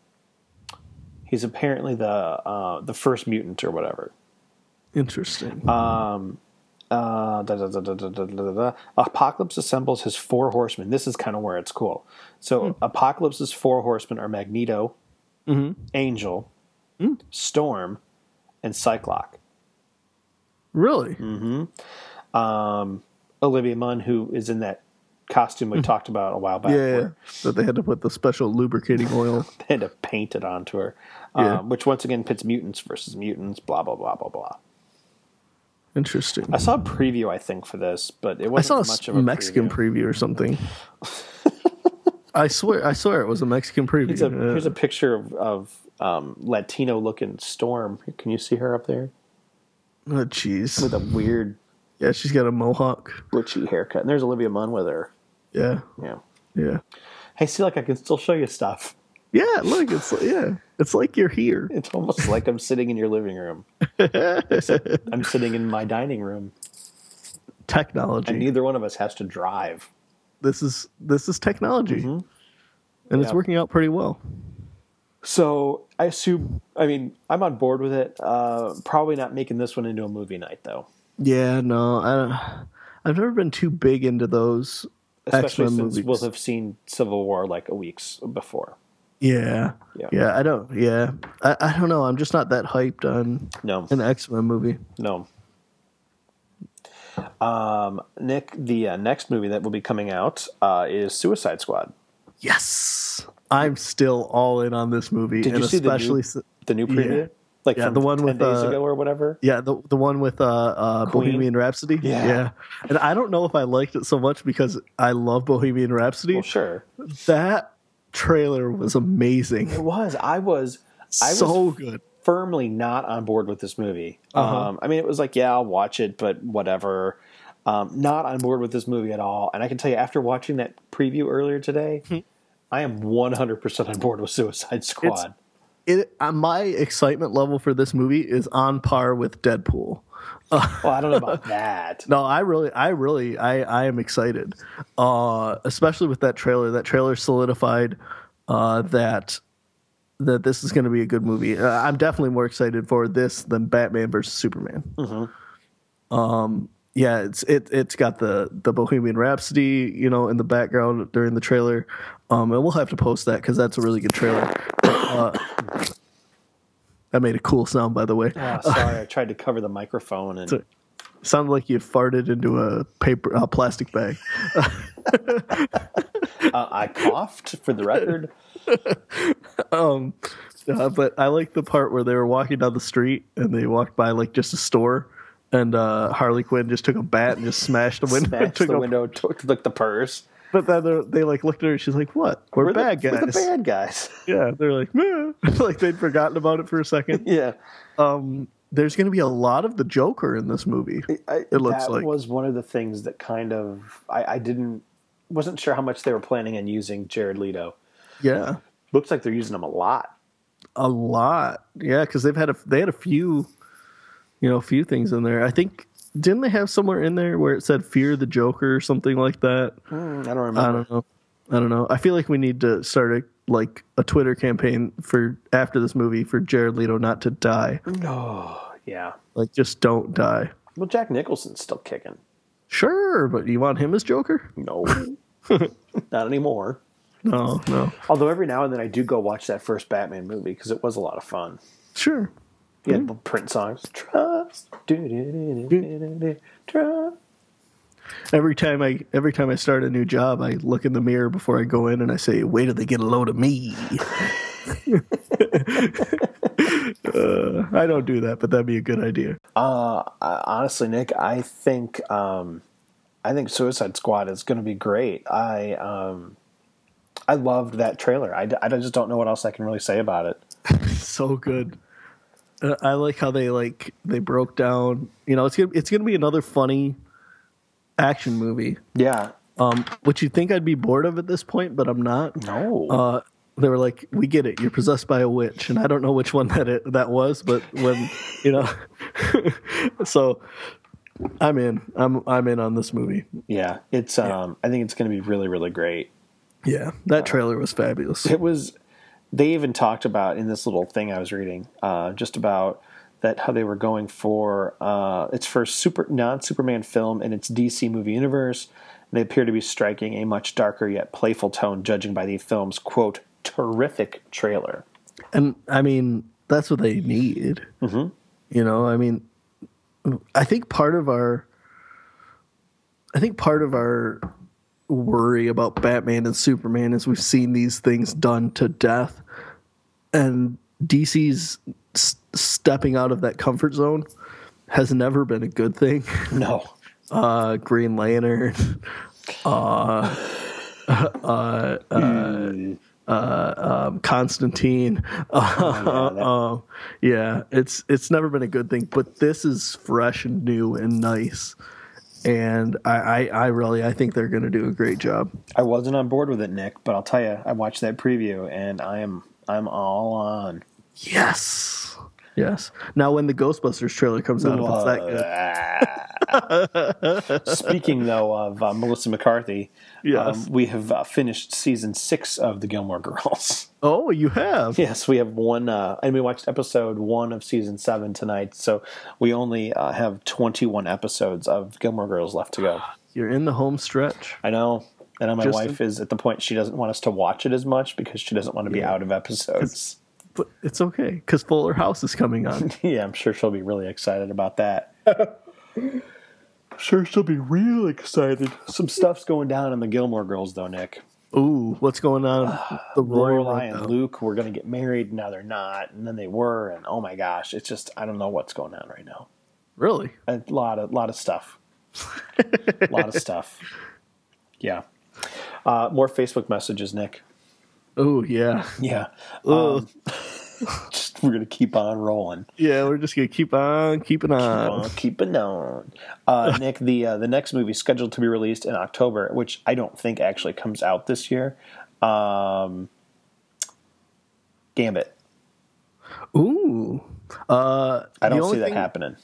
He's apparently the uh, the first mutant or whatever.
Interesting.
Uh, da, da, da, da, da, da, da, da. Apocalypse assembles his four horsemen. This is kind of where it's cool. So
Hmm.
Apocalypse's four horsemen are Magneto,
Mm-hmm.
Angel,
Hmm.
Storm, and Cyclops.
really?
mm, Olivia Munn, who is in that costume we talked about a while back,
Hmm. Yeah,
where
yeah. That they had to put the
<laughs>
special lubricating oil.
they had to paint it onto her,
Yeah.
um, which once again pits mutants versus mutants. Blah blah blah blah blah.
Interesting.
I saw a preview, I think, for this, but it
I
wasn't
saw a
much
s-
of a
Mexican
preview.
preview.
<laughs>
or something. I swear, I swear it was a Mexican preview.
Here's a, here's a
Uh.
picture of, of um, Latino looking Storm. Can you see her up there?
oh, jeez.
With a weird
Yeah, she's got a mohawk.
butchy haircut. And there's Olivia Munn with her.
Yeah,
Yeah.
yeah,
I see, like, I can still show you stuff. <laughs>
yeah. Look, it's yeah, it's like you're here.
It's almost like I'm sitting in your living room. Except I'm sitting in my dining room.
Technology.
And neither one of us has to drive.
this is this is technology, and it's
Mm-hmm. Yeah.
working out pretty well.
So I assume, I mean, I'm on board with it. Uh, probably not making this one into a movie night, though.
Yeah, no, I don't, I've never been too big into those X
Especially
Men
since
movies.
we'll have seen Civil War like a week s- before.
yeah,
Yeah.
yeah, I don't. Yeah, I, I don't know. I'm just not that hyped on
No.
an X Men movie.
No. Um, Nick, the uh, next movie that will be coming out uh, is Suicide Squad.
Yes, I'm still all in on this movie,
Did
and
you see the new-
especially s-
The new preview? Like
Yeah,
from
the one
10
with,
days
uh,
ago or whatever.
Yeah, the the one with uh, uh
Queen.
Bohemian Rhapsody.
Yeah.
and I don't know if I liked it so much because I love Bohemian Rhapsody.
Well, sure.
That trailer was amazing.
It was. I was. I was
so good.
firmly not on board with this movie. Um, I mean, it was like, yeah, I'll watch it, but whatever. Um, not on board with this movie at all. And I can tell you, after watching that preview earlier today, I am 100% on board with Suicide Squad.
It uh, my excitement level for this movie is on par with Deadpool.
well, I don't know <laughs> about that.
No, I really, I really, I, I am excited, uh, especially with that trailer. That trailer solidified uh, that that this is going to be a good movie. Uh, I'm definitely more excited for this than Batman versus Superman. Um, yeah, it's it it's got the the Bohemian Rhapsody, you know, in the background during the trailer, um, and we'll have to post that because that's a really good trailer. Uh, that made a cool sound, by the way.
Oh, sorry, I tried to cover the microphone and
It's Sounded like you farted into a paper, a plastic bag.
uh, I coughed for the <laughs> record.
Uh, but I like the part where they were walking down the street and they walked by like just a store, and uh, Harley Quinn just took a bat and just smashed the window. <laughs>
Smashed
took
the
a-
window, took like the purse.
But then they're- they like looked at her. and She's like, "What? We're,
We're the-
bad
We're the
guys."
bad guys. <laughs>
Yeah, they're like, "Meh." <laughs> like they'd forgotten about it for a second.
yeah.
There's going to be a lot of the Joker in this movie.
I,
It looks
that
like.
was one of the things that kind of I, I didn't wasn't sure how much they were planning on using Jared Leto.
Yeah,
Looks like they're using him a lot.
a lot. Yeah, because they've had a they had a few, you know, a few things in there. I think didn't they have somewhere in there where it said "Fear the Joker" or something like that?
I don't remember.
I don't know. I don't know. I feel like we need to start a like a Twitter campaign for after this movie for Jared Leto not to die.
Uh, Yeah.
Like just don't die.
Well, Jack Nicholson's still kicking.
Sure, but you want him as Joker?
No, not anymore.
No, no.
Although every now and then I do go watch that first Batman movie because it was a lot of fun.
Sure.
Yeah, the print songs. Trust, do-do-do-do-do-do-do, trust.
Every time I every time I start a new job, I look in the mirror before I go in and I say, "Wait till they get a load of me." <laughs> Uh, I don't do that, but that'd be a good idea.
Uh, honestly, Nick, I think um, I think Suicide Squad is going to be great. I um, I loved that trailer. I, d- I just don't know what else I can really say about it.
so good. Uh, I like how they like they broke down. You know, it's gonna it's gonna be another funny action movie,
Yeah,
um, which you would think I'd be bored of at this point, but I'm not.
no,
Uh, they were like, "We get it. You're possessed by a witch," and I don't know which one that it, that was, but when you know, <laughs> so I'm in. I'm I'm in on this movie.
yeah. It's um, I think it's going to be really really great.
Yeah, that trailer was fabulous.
It was. They even talked about in this little thing I was reading, uh, just about that how they were going for uh, its first super non Superman film in its DC movie universe. They appear to be striking a much darker yet playful tone, judging by the film's quote terrific trailer.
And I mean, that's what they need. You know, I mean, I think part of our, I think part of our worry about Batman and Superman is we've seen these things done to death, and DC's s- stepping out of that comfort zone has never been a good thing.
No,
Uh, Green Lantern. uh, uh, um, Constantine. Uh, yeah, it's it's never been a good thing, but this is fresh and new and nice. And I, I, I really I think they're gonna do a great job.
I wasn't on board with it, Nick. But I'll tell you, I watched that preview and I am I'm all on.
Yes. Yes. Now when the Ghostbusters trailer comes out, if it's that good.
Speaking though of uh, Melissa McCarthy,
Yes.
um, we have uh, finished season six of The Gilmore Girls.
Oh, you have.
yes, we have one, uh, and we watched episode one of season seven tonight. So we only uh, have 21 episodes of Gilmore Girls left to go.
You're in the home stretch.
I know. And uh, my
Justin?
wife is at the point she doesn't want us to watch it as much because she doesn't want to be out of episodes. <laughs>
But it's okay, because Fuller House is coming on.
yeah, I'm sure she'll be really excited about that.
sure she'll be real excited.
Some stuff's going down in the Gilmore Girls, though, Nick.
Ooh, what's going <sighs> on? The Royal
Lorelai and Luke were going to get married, now they're not, and then they were, and oh my gosh, it's just I don't know what's going on right now.
Really?
A lot of lot of
<laughs>
stuff, a lot of stuff. Yeah, uh, more Facebook messages, Nick.
Oh yeah,
Yeah,
Ugh.
<laughs> just we're gonna keep on rolling,
<laughs> yeah. We're just gonna keep on keeping on.
uh, keep it on. Uh, Nick, the uh, the next movie scheduled to be released in October, which I don't think actually comes out this year. Um, Gambit.
Ooh. Uh,
I
the
don't
only
see that
thing-
happening.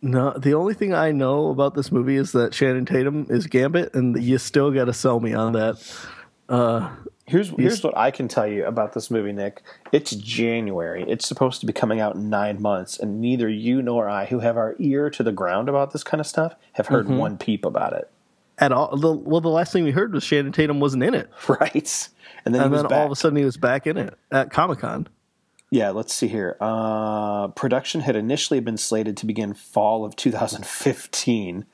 No, the only thing I know about this movie is that Shannon Tatum is Gambit, and you still got to sell me on that.
Here's here's what I can tell you about this movie, Nick. It's January. It's supposed to be coming out in nine months, and neither you nor I, who have our ear to the ground about this kind of stuff, have heard
Mm-hmm.
one peep about it. <laughs>
At all, the, well, the last thing we heard was Shannon Tatum wasn't in it,
Right? And then, he
and
was
then
back.
all of a sudden he was back in it at Comic Con.
yeah. Let's see here. Uh, production had initially been slated to begin fall of 2015,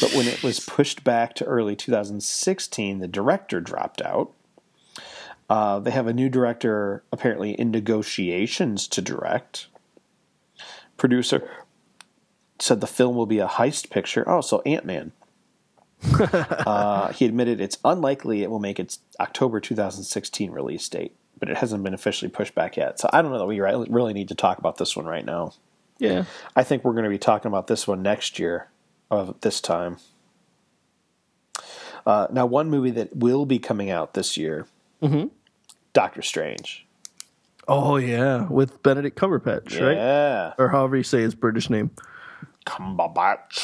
but when it was pushed back to early 2016, the director dropped out. Uh, they have a new director apparently in negotiations to direct. Producer said the film will be a heist picture. Oh, so Ant Man. uh, he admitted it's unlikely it will make its October 2016 release date, but it hasn't been officially pushed back yet. So I don't know that we ri- really need to talk about this one right now.
Yeah,
I think we're going to be talking about this one next year of this time. Uh, now, one movie that will be coming out this year,
Mm-hmm.
Doctor Strange.
Oh yeah, with Benedict Cumberbatch, right?
Yeah,
Or however you say his British name.
Cumberbatch.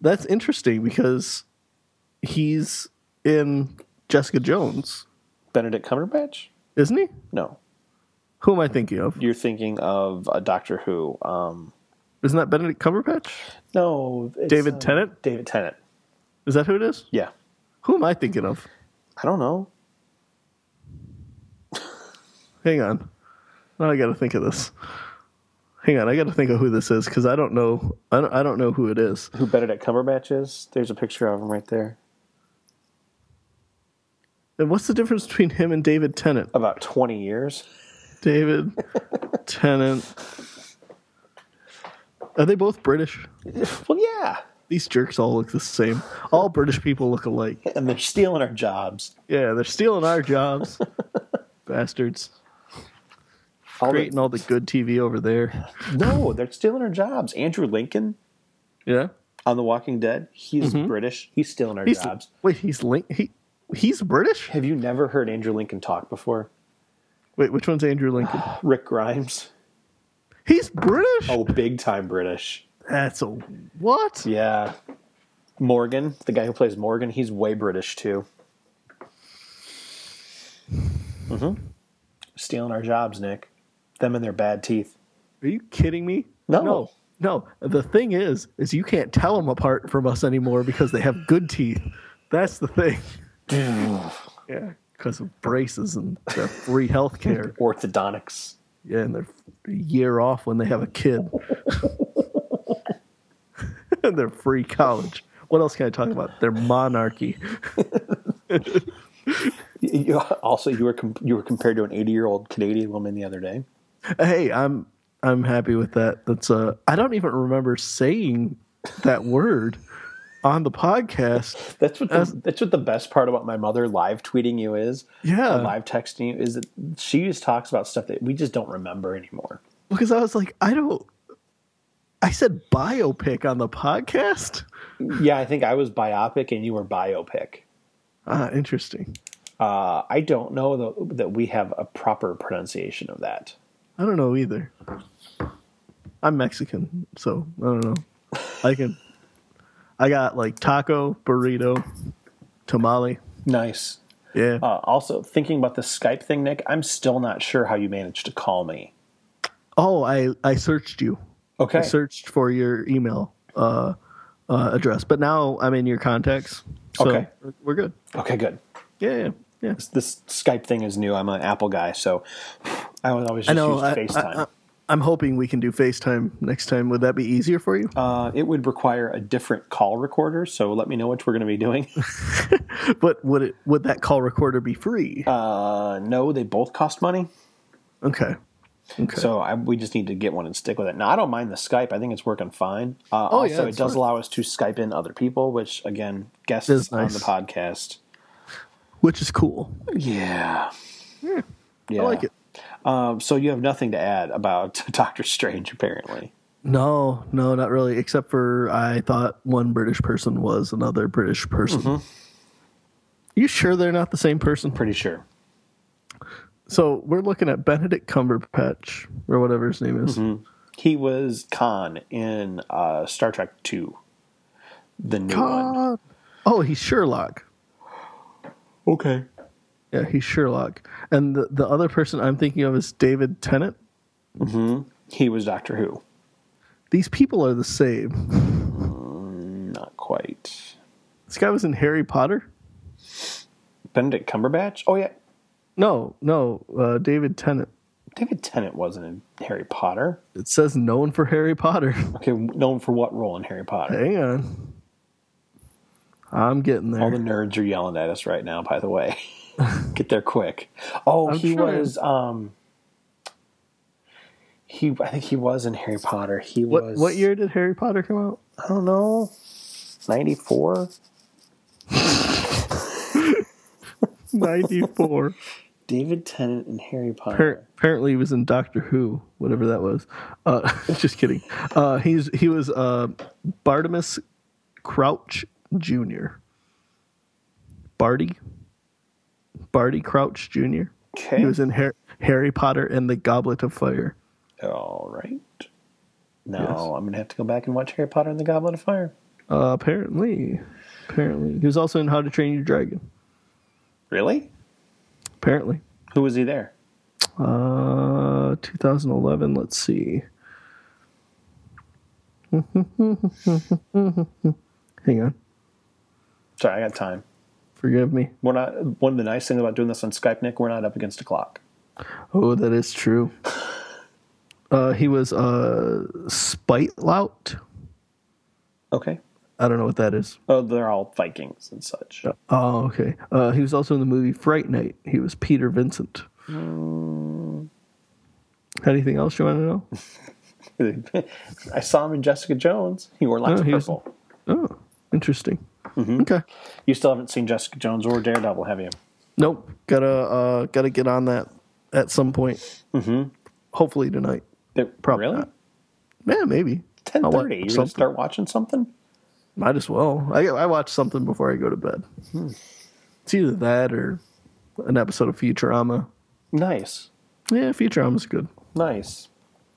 That's interesting because he's in Jessica Jones,
Benedict Cumberbatch?
isn't he?
No,
Who am I thinking of?
you're thinking of uh, Doctor Who. Um,
Isn't that Benedict Cumberbatch?
no, it's,
David
uh,
Tennant?
David Tennant.
Is that who it is?
Yeah,
Who am I thinking of?
I don't know.
Hang on. Now I got to think of this. Hang on, I got to think of who this is because I don't know. I don't, I don't know who it is.
Who Benedict Cumberbatch is? There's a picture of him right there.
And what's the difference between him and David Tennant?
About 20 years.
David Tennant. Are they both British?
<laughs> Well, yeah,
These jerks all look the same. All British people look alike.
and they're stealing our jobs.
Yeah, they're stealing our
<laughs>
jobs. Bastards.
All the-
Creating all the good TV over there.
No, they're stealing our jobs. Andrew Lincoln
Yeah.
on The Walking Dead, he's British. He's stealing our
Mm-hmm. He's
jobs.
wait, he's link he he's British?
Have you never heard Andrew Lincoln talk before?
Wait, which one's Andrew Lincoln?
Rick Grimes.
He's British?
Oh, big time British.
That's a what?
Yeah. Morgan, the guy who plays Morgan, he's way British too. Mm-hmm. Mm-hmm. Stealing our jobs, Nick. Them and their bad teeth.
Are you kidding me?
No.
No. No. The thing is, is you can't tell them apart from us anymore because they have good teeth. That's the thing. yeah. Because of braces and their free health care.
Orthodontics.
Yeah, and they're a year off when they have a kid. <laughs> and they're free college. What else can I talk about? Their monarchy.
<laughs> You- you- also, you were com- you were compared to an eighty year old Canadian woman the other day.
Hey, I'm I'm happy with that. That's uh I don't even remember saying that word on the podcast.
That's what the,
That's-
that's what the best part about my mother live tweeting you is.
Yeah.
and live texting you is that she just talks about stuff that we just don't remember anymore.
Because I was like, I don't I said biopic on the podcast?
Yeah, I think I was biopic and you were biopic.
Ah, interesting.
Uh, I don't know tho- that we have a proper pronunciation of that.
I don't know either. I'm Mexican, so I don't know. I can. I got like taco, burrito, tamale.
Nice.
Yeah.
Uh, also, thinking about the Skype thing, Nick, I'm still not sure how you managed to call me.
oh, I I searched you.
Okay.
I searched for your email uh, uh, address, but now I'm in your contacts. So
Okay.
we're- We're good.
Okay, good.
Yeah. Yeah. yeah.
This Skype thing is new. I'm an Apple guy, so <sighs> I was always
I
just
know.
use
I,
FaceTime.
I, I, I'm hoping we can do FaceTime next time. Would that be easier for you?
Uh, it would require a different call recorder, so let me know what we're going to be
<laughs>
doing.
but would it would that call recorder be free?
Uh, no, they both cost money,
okay. Okay.
so I, we just need to get one and stick with it. Now I don't mind the Skype; I think it's working fine. Uh,
Oh, yeah,
also, it
it's
does
fine.
allow us to Skype in other people, which again, guests
That's
on
nice.
the podcast.
Which is cool.
Yeah, yeah,
Hmm. I like it.
Um, so you have nothing to add about <laughs> Doctor Strange, apparently.
No, no, not really. Except for I thought one British person was another British person. You sure they're not the same person?
Mm-hmm. Pretty sure.
So we're looking at Benedict Cumberbatch or whatever his name is.
He was Khan in uh, Star Trek Two, the new one.
Uh, oh, he's Sherlock.
Okay.
Yeah, he's Sherlock. And the, the other person I'm thinking of is David Tennant.
He was Doctor Who.
These people are the same.
Not quite.
This guy was in Harry Potter.
Benedict Cumberbatch. Oh yeah,
No, no, uh, David Tennant.
David Tennant wasn't in Harry Potter.
It says known for Harry Potter. <laughs>
Okay, known for what role in Harry Potter?
Hang on. I'm getting there.
All the nerds are yelling at us right now. By the
<laughs>
way, get there quick. Oh,
I'm
he
trying.
was. Um, he. I think he was in Harry Potter. He
what
was.
what year did Harry Potter come out?
I don't know. Ninety four.
<laughs> 94.
David Tennant and Harry Potter.
Appar- Apparently, he was in Doctor Who, whatever that was. Uh, <laughs> just kidding. Uh, he's he was uh, Bartimus Crouch Jr. Barty, Barty Crouch Jr.
okay.
He was in Har- Harry Potter and the Goblet of Fire.
All right. No,
Yes.
I'm gonna have to go back and watch Harry Potter and the Goblet of Fire.
Uh, apparently, apparently, he was also in How to Train Your Dragon.
Really?
Apparently,
Who was he there?
uh, 2011. Let's see. <laughs> Hang on.
Sorry, I got time.
Forgive me.
We're not. One of the nice things about doing this on Skype, Nick, we're not up against a clock.
Oh, that is true. <sighs> Uh, he was uh, Spite Lout.
Okay.
I don't know what that is.
Oh, they're all Vikings and such.
Oh, okay. Uh, he was also in the movie Fright Night. He was Peter Vincent. Anything else you want to know?
<laughs> I saw him in Jessica Jones. He wore lots
No,
of
he was-
purple.
Oh, interesting. Okay.
You still haven't seen Jessica Jones or Daredevil, have you?
Nope. Gotta uh, gotta get on that at some point. Mm-hmm. Hopefully tonight.
They-
Probably
really.
not. Yeah, maybe.
Ten
I'll watch
thirty. You're gonna
something.
start watching something.
Might as well. I I watch something before I go to bed. Hmm. It's either that or an episode of Futurama.
Nice,
Yeah, Futurama's good.
nice.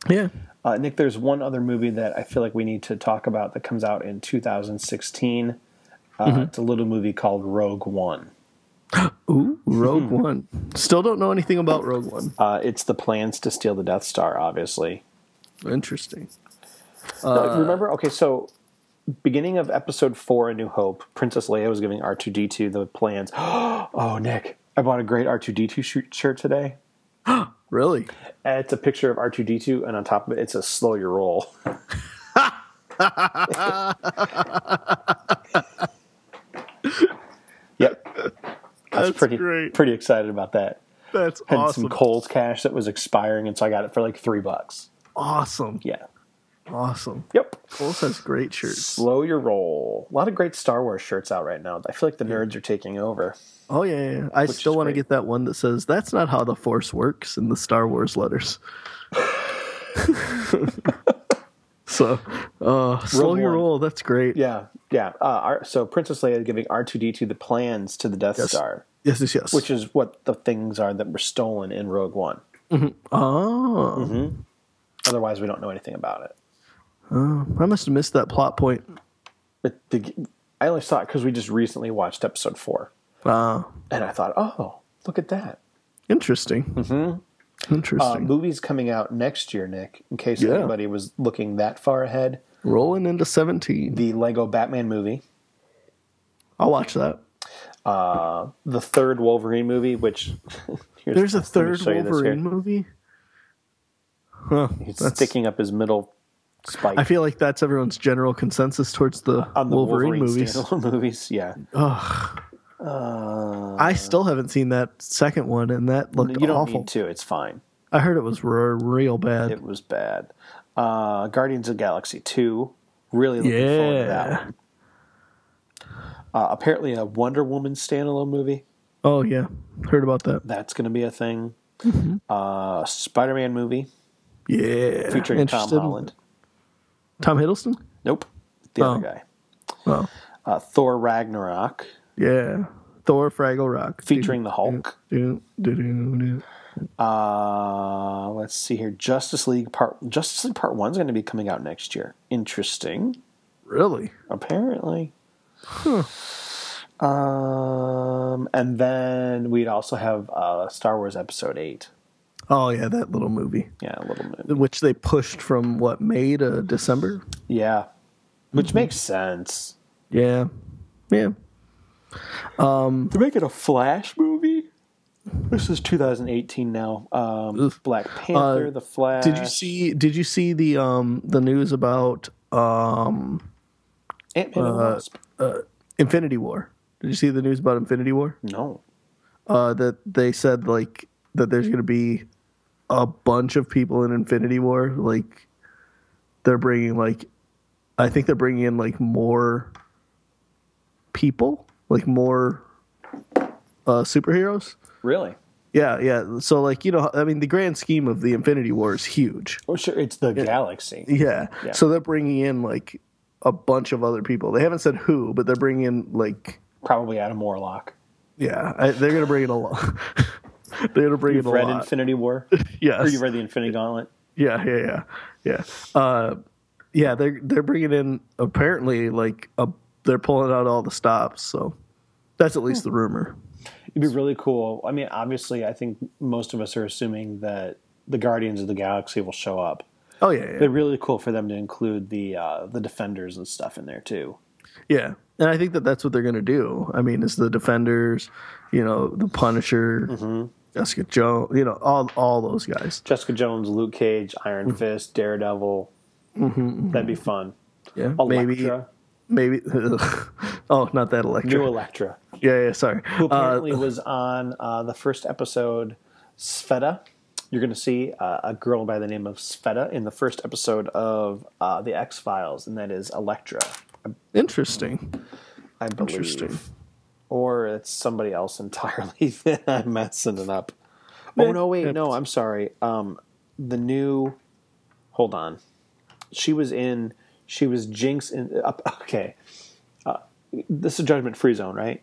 Yeah.
Uh, Nick, there's one other movie that I feel like we need to talk about that comes out in 2016. Uh,
Mm-hmm.
It's a little movie called Rogue One.
Ooh, Rogue One. Still don't know anything about Rogue One.
Hmm. Uh, it's the plans to steal the Death Star, obviously.
Interesting.
No, remember, okay, so beginning of episode four, A New Hope, Princess Leia was giving R two D two the plans. <gasps> oh, Nick, I bought a great R two D two shirt today.
Really?
Uh, It's a picture of R two D two, and on top of it, it's a slow your roll. <laughs> yep, I was
That's
pretty
great.
pretty excited about that.
That's
Had
awesome.
some Coles cash that was expiring, and so I got it for like three bucks.
awesome.
Yeah.
Awesome.
Yep.
Coles has great shirts.
Slow your roll. A lot of great Star Wars shirts out right now. I feel like the nerds are taking over.
Oh yeah, yeah, yeah. I still
is
want to
great.
get that one that says that's not how the force works in the Star Wars
<laughs>
letters. <laughs> so uh slow
Rogue
your
One.
roll, that's great.
Yeah, yeah. Uh, R- so Princess Leia is giving R two D two the plans to the Death
Yes.
Star,
Yes, yes, yes.
which is what the things are that were stolen in Rogue One.
oh
Otherwise, we don't know anything about it. Mm-hmm.
I must have missed that plot point.
But the, I only saw it because we just recently watched episode four,
Uh
and I thought, oh, look at that.
interesting.
Uh,
Interesting.
movies coming out next year, Nick. In case
Yeah.
anybody was looking that far ahead,
Rolling into seventeen.
the Lego Batman movie,
I'll watch that.
the third Wolverine movie, which <laughs> here's-
There's a
let me
third
show you this here.
Wolverine movie.
He's
That's-
sticking up his middle spike.
I feel like that's everyone's general consensus towards the,
on the
Wolverine,
Wolverine,
movies.
standalone <laughs> movies, yeah.
I still haven't seen that second one, and that looked
you don't
awful.
need to. It's fine.
I heard it was r- real bad.
It was bad. Uh, Guardians of the Galaxy Two. Really looking forward to that
Yeah.
one. Uh, apparently, a Wonder Woman standalone movie.
oh yeah, heard about that.
That's going to be a thing.
Mm-hmm.
Uh, Spider Man movie
Yeah,
featuring Tom
Interested in-
Holland.
Tom Hiddleston.
Nope, the
Oh.
other guy.
Oh
Uh, Thor Ragnarok
yeah, Thor Fraggle Rock
featuring the Hulk.
Do, do, do, do.
Uh, let's see here. Justice League Part Justice League Part One's going to be coming out next year. Interesting.
Really?
apparently. Um, and then we'd also have uh, Star Wars Episode Eight.
Oh yeah, that little movie,
Yeah, a little bit.
which they pushed from what May to December.
Yeah, which makes sense.
Yeah, yeah.
They're making a Flash movie. This is 2018 now. Um,
Oof.
Black Panther,
Uh,
The Flash.
Did you see? Did you see the um the news about um
Ant Man and the Wasp?
Infinity War? Did you see the news about Infinity War?
No.
uh, that they said like that there's going to be a bunch of people in Infinity War. Like they're bringing like I think they're bringing in like more people, like more uh, superheroes.
Really?
Yeah, yeah. So like you know, I mean, the grand scheme of the Infinity War is huge.
Oh, sure. It's the Galaxy.
Yeah. So they're bringing in like a bunch of other people. They haven't said who, but they're bringing in like
Probably Adam Warlock.
yeah, I, they're going to bring in a lot. <laughs> they're going to bring
You've
in a
read
lot.
Infinity War,
yes.
or you've <laughs> read the Infinity Gauntlet.
Yeah, yeah, yeah, yeah. Uh, yeah, they're they're bringing in apparently like a, they're pulling out all the stops. So that's at
Hmm.
least the rumor.
It'd be really cool. I mean, obviously, I think most of us are assuming that the Guardians of the Galaxy will show up.
Oh yeah, yeah,
It'd be really cool for them to include the uh, the Defenders and stuff in there too.
yeah. And I think that that's what they're gonna do. I mean, it's the defenders, you know, the Punisher,
Mm-hmm.
Jessica Jones, you know, all all those guys.
Jessica Jones, Luke Cage, Iron Fist, Daredevil. That'd be fun.
Yeah,
Elektra,
maybe, <laughs> maybe. oh, not that
new
electric.
Elektra,
Yeah, yeah. Sorry.
who
Uh,
apparently was on uh, the first episode. Sveta, you're going to see uh, a girl by the name of Sveta in the first episode of uh, the X Files, and that is Elektra.
interesting.
I believe.
Interesting.
Or it's somebody else entirely. <laughs> I'm messing it up. Oh no, wait, no, I'm sorry. Um, the new. Hold on. She was in. She was Jinx in. Up, <laughs> okay. Uh, this is Judgment Free Zone, right?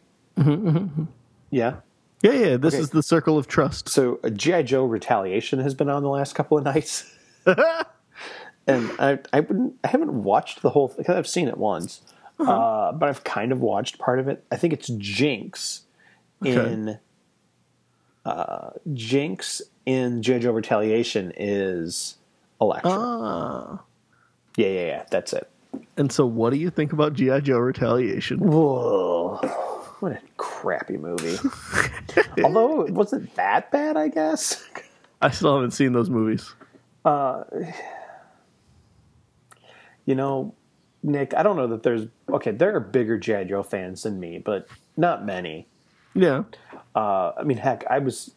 Yeah.
Yeah, yeah. This
Okay.
is the circle of trust.
So uh, GI Joe Retaliation has been on the last couple of nights, and I I, wouldn't, I haven't watched the whole because I've seen it once, uh, but I've kind of watched part of it. I think it's Jinx in uh, Jinx in GI Joe Retaliation is Elektra. Yeah, yeah, yeah. That's it.
And so, what do you think about GI Joe Retaliation?
Whoa. What a crappy movie. Although it wasn't that bad, I guess.
I still haven't seen those movies.
you know, Nick, I don't know that there's okay. There are bigger GI Joe fans than me, but not many.
Yeah.
Uh, I mean, heck, I was,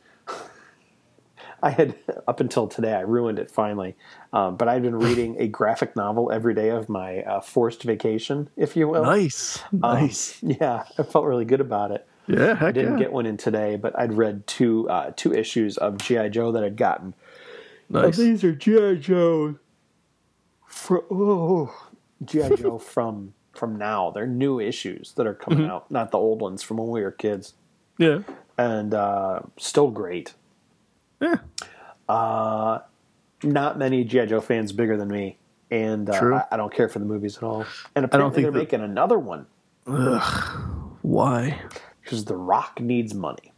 <laughs> I had up until today, I ruined it finally. Um, but I'd been reading a graphic novel every day of my uh, forced vacation, if you will.
Nice.
Um,
Nice.
yeah, I felt really good about it.
yeah, heck
I didn't
yeah.
get one in today, but I'd read two uh, two issues of GI Joe that I'd gotten.
nice.
But Oh, these are GI Joe. From oh, GI
<laughs>
Joe from from now. They're new issues that are coming
Mm-hmm.
out, not the old ones from when we were kids,
yeah.
and uh, still great.
Yeah.
Not many GI Joe fans bigger than me, and uh,
True.
I, I don't care for the movies at all. And apparently
think
they're
that-
making another one
Why?
because The Rock needs money.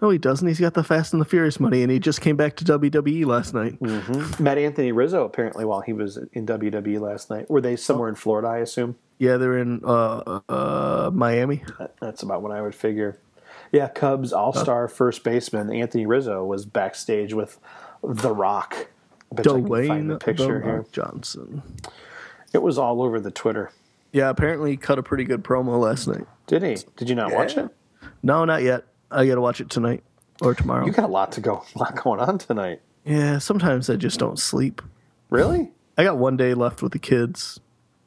No, he doesn't. He's got the Fast and the Furious money, and he just came back to WWE last night.
Hmm. Met Anthony Rizzo apparently while he was in WWE last night. Were they somewhere in Florida? I assume.
Yeah, they're in uh, uh, Miami.
That- That's about what I would figure. Yeah,
Oh.
Cubs all star first baseman Anthony Rizzo was backstage with The Rock bet I can
Dwayne
find the picture
"The
here.
Rock" uh, Johnson.
It was all over the Twitter.
Yeah, apparently he cut a pretty good promo last night.
Did he? Did you not watch
Yeah.
it?
No, not yet. I got to watch it tonight or tomorrow.
You got a lot to go, <laughs> a lot going on tonight.
yeah, sometimes I just don't sleep.
Really?
I got one day left with the kids.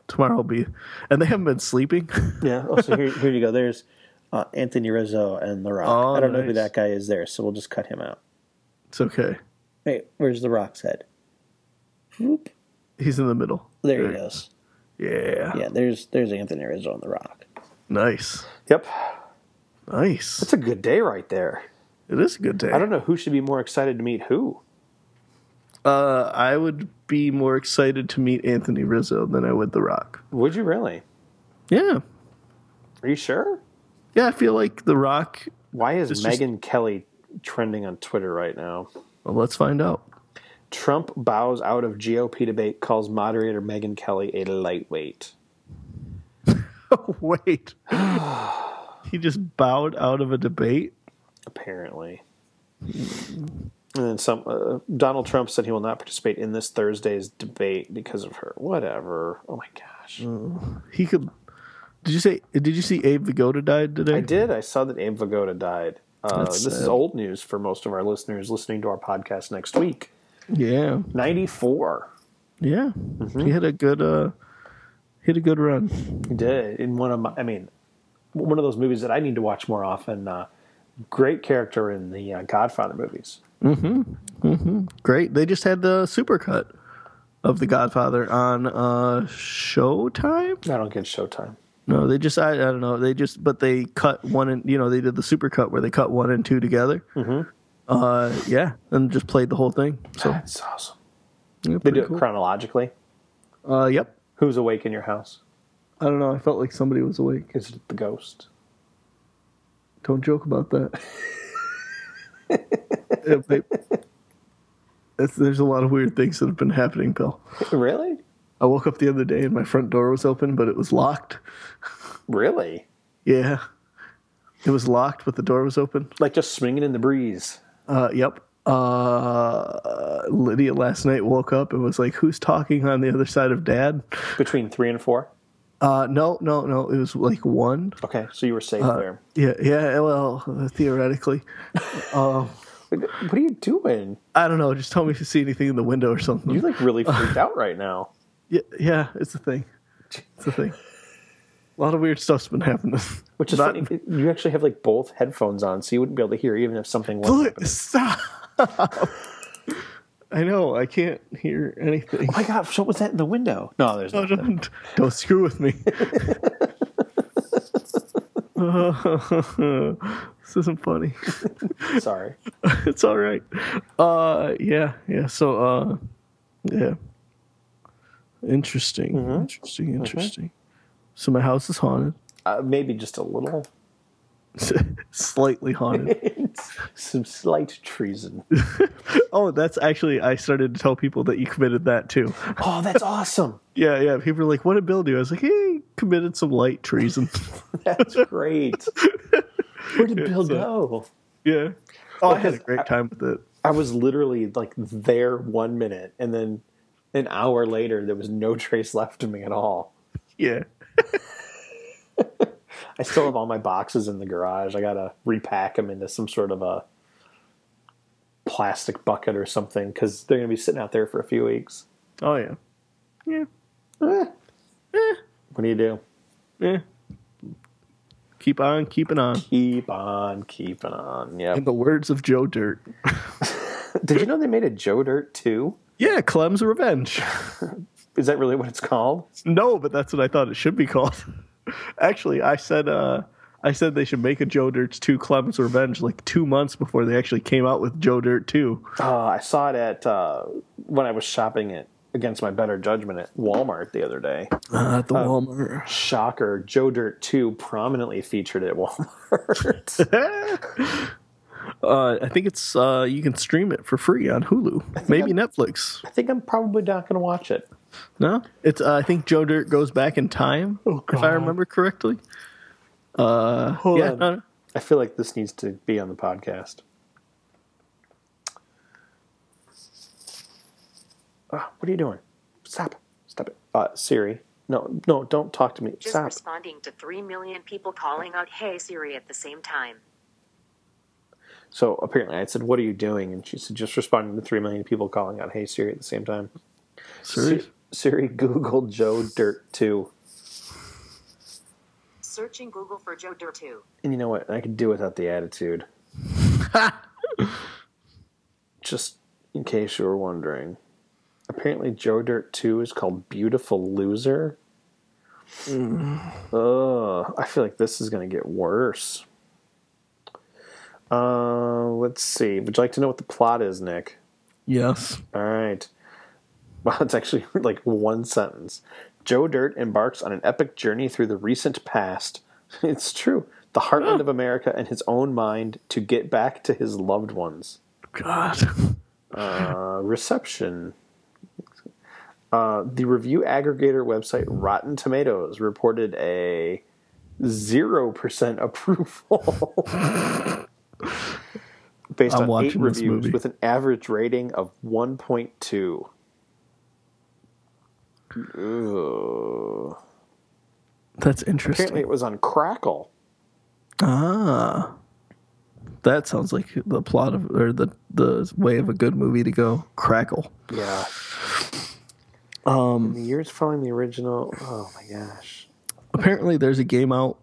Tomorrow will be, and they haven't been sleeping. <laughs>
Yeah. Oh, so here, here you go. There's uh, Anthony Rizzo and The Rock.
Oh,
I don't know who
nice.
that guy is there, so we'll just cut him out.
it's okay.
Wait, where's The Rock's head? Whoop.
He's in the middle.
There he goes.
Yeah.
Yeah, there's there's Anthony Rizzo and The Rock.
Nice.
Yep.
Nice.
It's a good day right there.
It is a good day.
I don't know who should be more excited to meet who.
Uh, I would be more excited to meet Anthony Rizzo than I would The Rock.
Would you really?
Yeah.
Are you sure?
Yeah, I feel like The Rock.
Why is
It's just-
Megan Kelly trending on Twitter right now?
Well, let's find out.
Trump bows out of GOP debate, calls moderator Megan Kelly a lightweight.
<laughs> Oh, wait. <sighs> he just bowed out of a debate.
apparently. And then some. Uh, Donald Trump said he will not participate in this Thursday's debate because of her. Whatever. Oh my gosh.
He could. Did you say? Did you see Abe Vigoda died today?
I did. I saw that Abe Vigoda died. Uh,
That's
this is
sad.
old news for most of our listeners listening to our podcast next week.
Yeah,
Ninety-four.
yeah.
Mm-hmm.
He had a good. uh He had a good run.
He did in one of my. I mean, one of those movies that I need to watch more often. Uh, great character in the uh, Godfather movies.
Great. They just had the supercut of The Godfather on uh Showtime.
I don't get Showtime.
No, they just I, I don't know. They just but they cut one and you know they did the super cut where they cut one and two together. Mm-hmm. Uh, yeah, and just played the whole thing. So yeah,
That's awesome. They
pretty
do
cool.
it chronologically.
Uh, yep.
Who's awake in your house?
I don't know. I felt like somebody was awake.
Is it the ghost?
Don't joke
<laughs>
about that. Yeah, babe. That's- there's a lot of weird things that have been happening, Bill.
Really?
I woke up the other day and my front door was open, but it was locked.
Really?
Yeah, it was locked, but the door was open.
Like just swinging in the breeze.
Uh, yep. Uh, Lydia last night woke up and was like, "Who's talking on the other side of Dad?"
Between three and four?
Uh, no, no, no. It was like one.
Okay, so you were safe
Uh,
there.
Yeah, yeah. Well, theoretically,
What are you doing?
I don't know. Just tell me if you see anything in the window or something.
You like really
uh,
freaked out right now.
yeah, yeah. It's a thing. It's a thing. A lot of weird stuff's been happening. <laughs>
Which is
Not-
funny. You actually have like both headphones on, so you wouldn't be able to hear even if something was
Look,
happening.
stop. I know. I can't hear anything.
Oh my god, what was that in the window? No, there's
No,
nothing.
don't, don't screw with me. this isn't funny.
<laughs> Sorry.
It's all right. Uh, yeah, yeah. So, uh, yeah. Interesting, interesting, interesting. So my house is haunted, <laughs>
Uh, maybe just a little. <laughs>
slightly haunted.
Some slight treason.
oh, that's actually I started to tell people that you committed that too.
Oh, that's awesome.
Yeah, yeah. People were like, "What did Bill do?" I was like, "He committed some light treason."
<laughs>
<laughs>
That's great. Where did Bill go?
yeah. Oh, I
because
had a
uh, I-
great time with it.
I was literally like there one minute, and then an hour later, there was no trace left of me at all.
Yeah.
I still have all my boxes in the garage. I gotta repack them into some sort of a plastic bucket or something because they're gonna be sitting out there for a few weeks.
Oh yeah. Yeah.
What do you do?
Yeah. Keep on keeping on.
Keep on keeping on.
In
Yep.
the words of Joe Dirt.
Did you know they made a Joe Dirt too?
Yeah, Clem's Revenge.
Is that really <laughs> what it's called?
no, but that's what I thought it should be called. actually, I said uh I said they should make a Joe Dirt's 2 Clem's Revenge like 2 months before they actually came out with Joe Dirt 2.
Uh, I saw it at uh, when I was shopping it against my better judgment at Walmart the other day.
Uh, at the Walmart.
Shocker, Joe Dirt 2 prominently featured at <laughs> Walmart.
Uh, I think it's uh you can stream it for free on Hulu. Maybe Netflix.
I think I'm probably not going to watch it.
No, it's. Uh, I think Joe Dirt goes back in time, if I remember correctly. Uh, yeah,
on.
no, no.
I feel like this needs to be on the podcast. Uh, what are you doing? Stop. Stop it. Uh, Siri. No, no, don't talk to me.
Just
Stop.
responding to 3 million people calling out Hey Siri at the same time.
So apparently, I said, "What are you doing?" And she said, "Just responding to three million people calling out, hey Siri, at the same time."
Serious?
Si- Siri Google Joe Dirt two,
Searching Google for Joe Dirt 2.
and you know what? I could do without the attitude. Just in case you were wondering, apparently Joe Dirt two is called Beautiful Loser. Ugh, I feel like this is going to get worse. Uh, let's see. Would you like to know what the plot is, Nick?
Yes.
All <laughs> right. Well, it's actually <laughs> like one sentence. Joe Dirt embarks on an epic journey through the recent past. <laughs> It's true. The heartland of America and his own mind to get back to his loved ones.
God. <laughs>
Uh, reception. Uh, the review aggregator website Rotten Tomatoes reported a 0% <laughs> approval. Based
I'm
on eight
watching this
reviews
movie.
with an average rating of 1.2. Ugh.
That's interesting.
Apparently, it was on Crackle.
Ah. That sounds like the plot of or the the way of a good movie to go. Crackle.
Yeah. Um, the years following the original. Oh my gosh.
Apparently there's a game out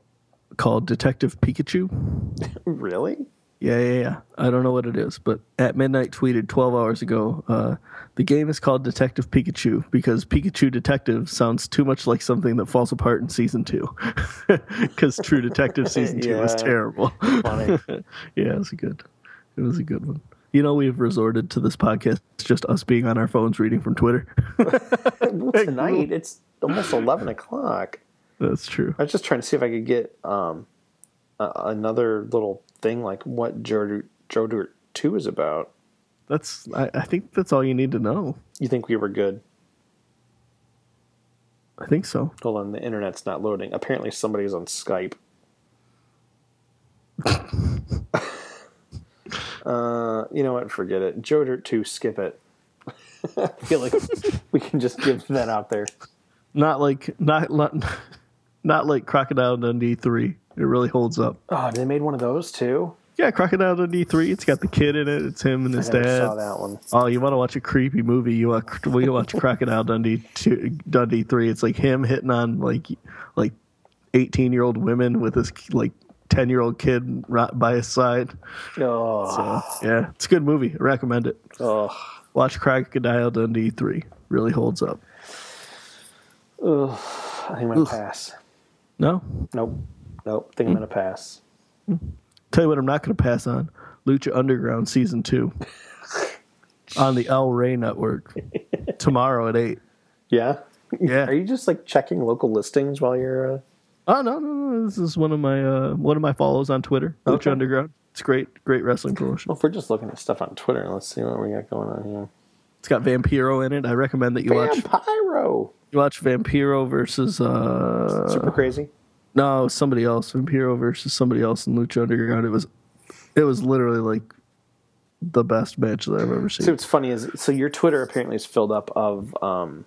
called Detective Pikachu.
Really?
Yeah, yeah, yeah. I don't know what it is, but at midnight tweeted 12 hours ago, uh, the game is called Detective Pikachu because Pikachu Detective sounds too much like something that falls apart in season <laughs> 2. Cuz True Detective season 2 was
<laughs> Yeah.
terrible.
<laughs> Funny.
Yeah, it was a good. It was a good one. You know, we've resorted to this podcast. It's just us being on our phones reading from Twitter. <laughs>
Tonight, it's almost 11 o'clock.
That's true.
I was just trying to see if I could get um, a, another little thing like what Joe Dirt- Joe Dirt Two is about.
That's. I, I think that's all you need to know.
You think we were good?
I think so.
Hold on, the internet's not loading. Apparently, somebody's on Skype. <laughs> uh, you know what? Forget it. Joe Dirt Two. Skip it. <laughs> I feel like we can just give that out there.
Not like not not, <laughs> not like Crocodile Dundee three. It really holds up.
Oh, they made one of those too.
Yeah, Crocodile Dundee three. It's got the kid in it. It's him and
I
his
never
dad.
saw that one.
Oh, you want to watch a creepy movie? <laughs> You watch, well, you watch Crocodile Dundee two, Dundee three. It's like him hitting on like like eighteen year old women with this like ten year old kid right by his side.
Oh,
Uh, yeah, it's a good movie. I recommend it.
oh.
Watch Crocodile Dundee three. Really holds up.
I think I'm gonna pass.
No,
Nope. Nope. Think I'm gonna pass.
tell you what, I'm not going to pass on Lucha Underground season two on the El Rey Network tomorrow at eight.
Yeah. <laughs>
Yeah.
Are you just like checking local listings while you're? Uh...
Oh no, no, no! This is one of my uh, one of my follows on Twitter, Lucha
Okay. Oh.
Underground. It's great, great wrestling promotion.
Well, if we're just looking at stuff on Twitter, let's see what we got going on here.
It's got Vampiro in it. I recommend that you watch
Vampiro,
you watch Vampiro versus uh
super crazy.
no somebody else. Vampiro versus somebody else in Lucha Underground. It was it was literally like the best match that I've ever
See
seen.
what's funny is so your Twitter apparently is filled up of um.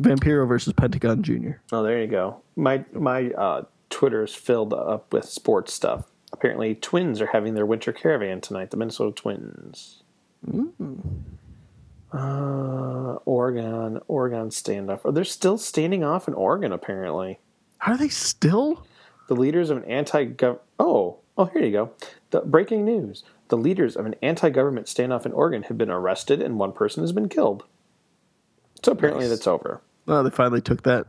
Vampiro versus Pentagon Junior.
Oh, there you go. My my uh, Twitter is filled up with sports stuff. Apparently, twins are having their winter caravan tonight. The Minnesota Twins. Uh, Oregon, Oregon standoff. Oh, they're still standing off in Oregon. Apparently.
Are they still?
the leaders of an anti-gov oh oh here you go the breaking news the leaders of an anti-government standoff in oregon have been arrested and one person has been killed so apparently that's over <laughs>
No, Oh, they finally took that.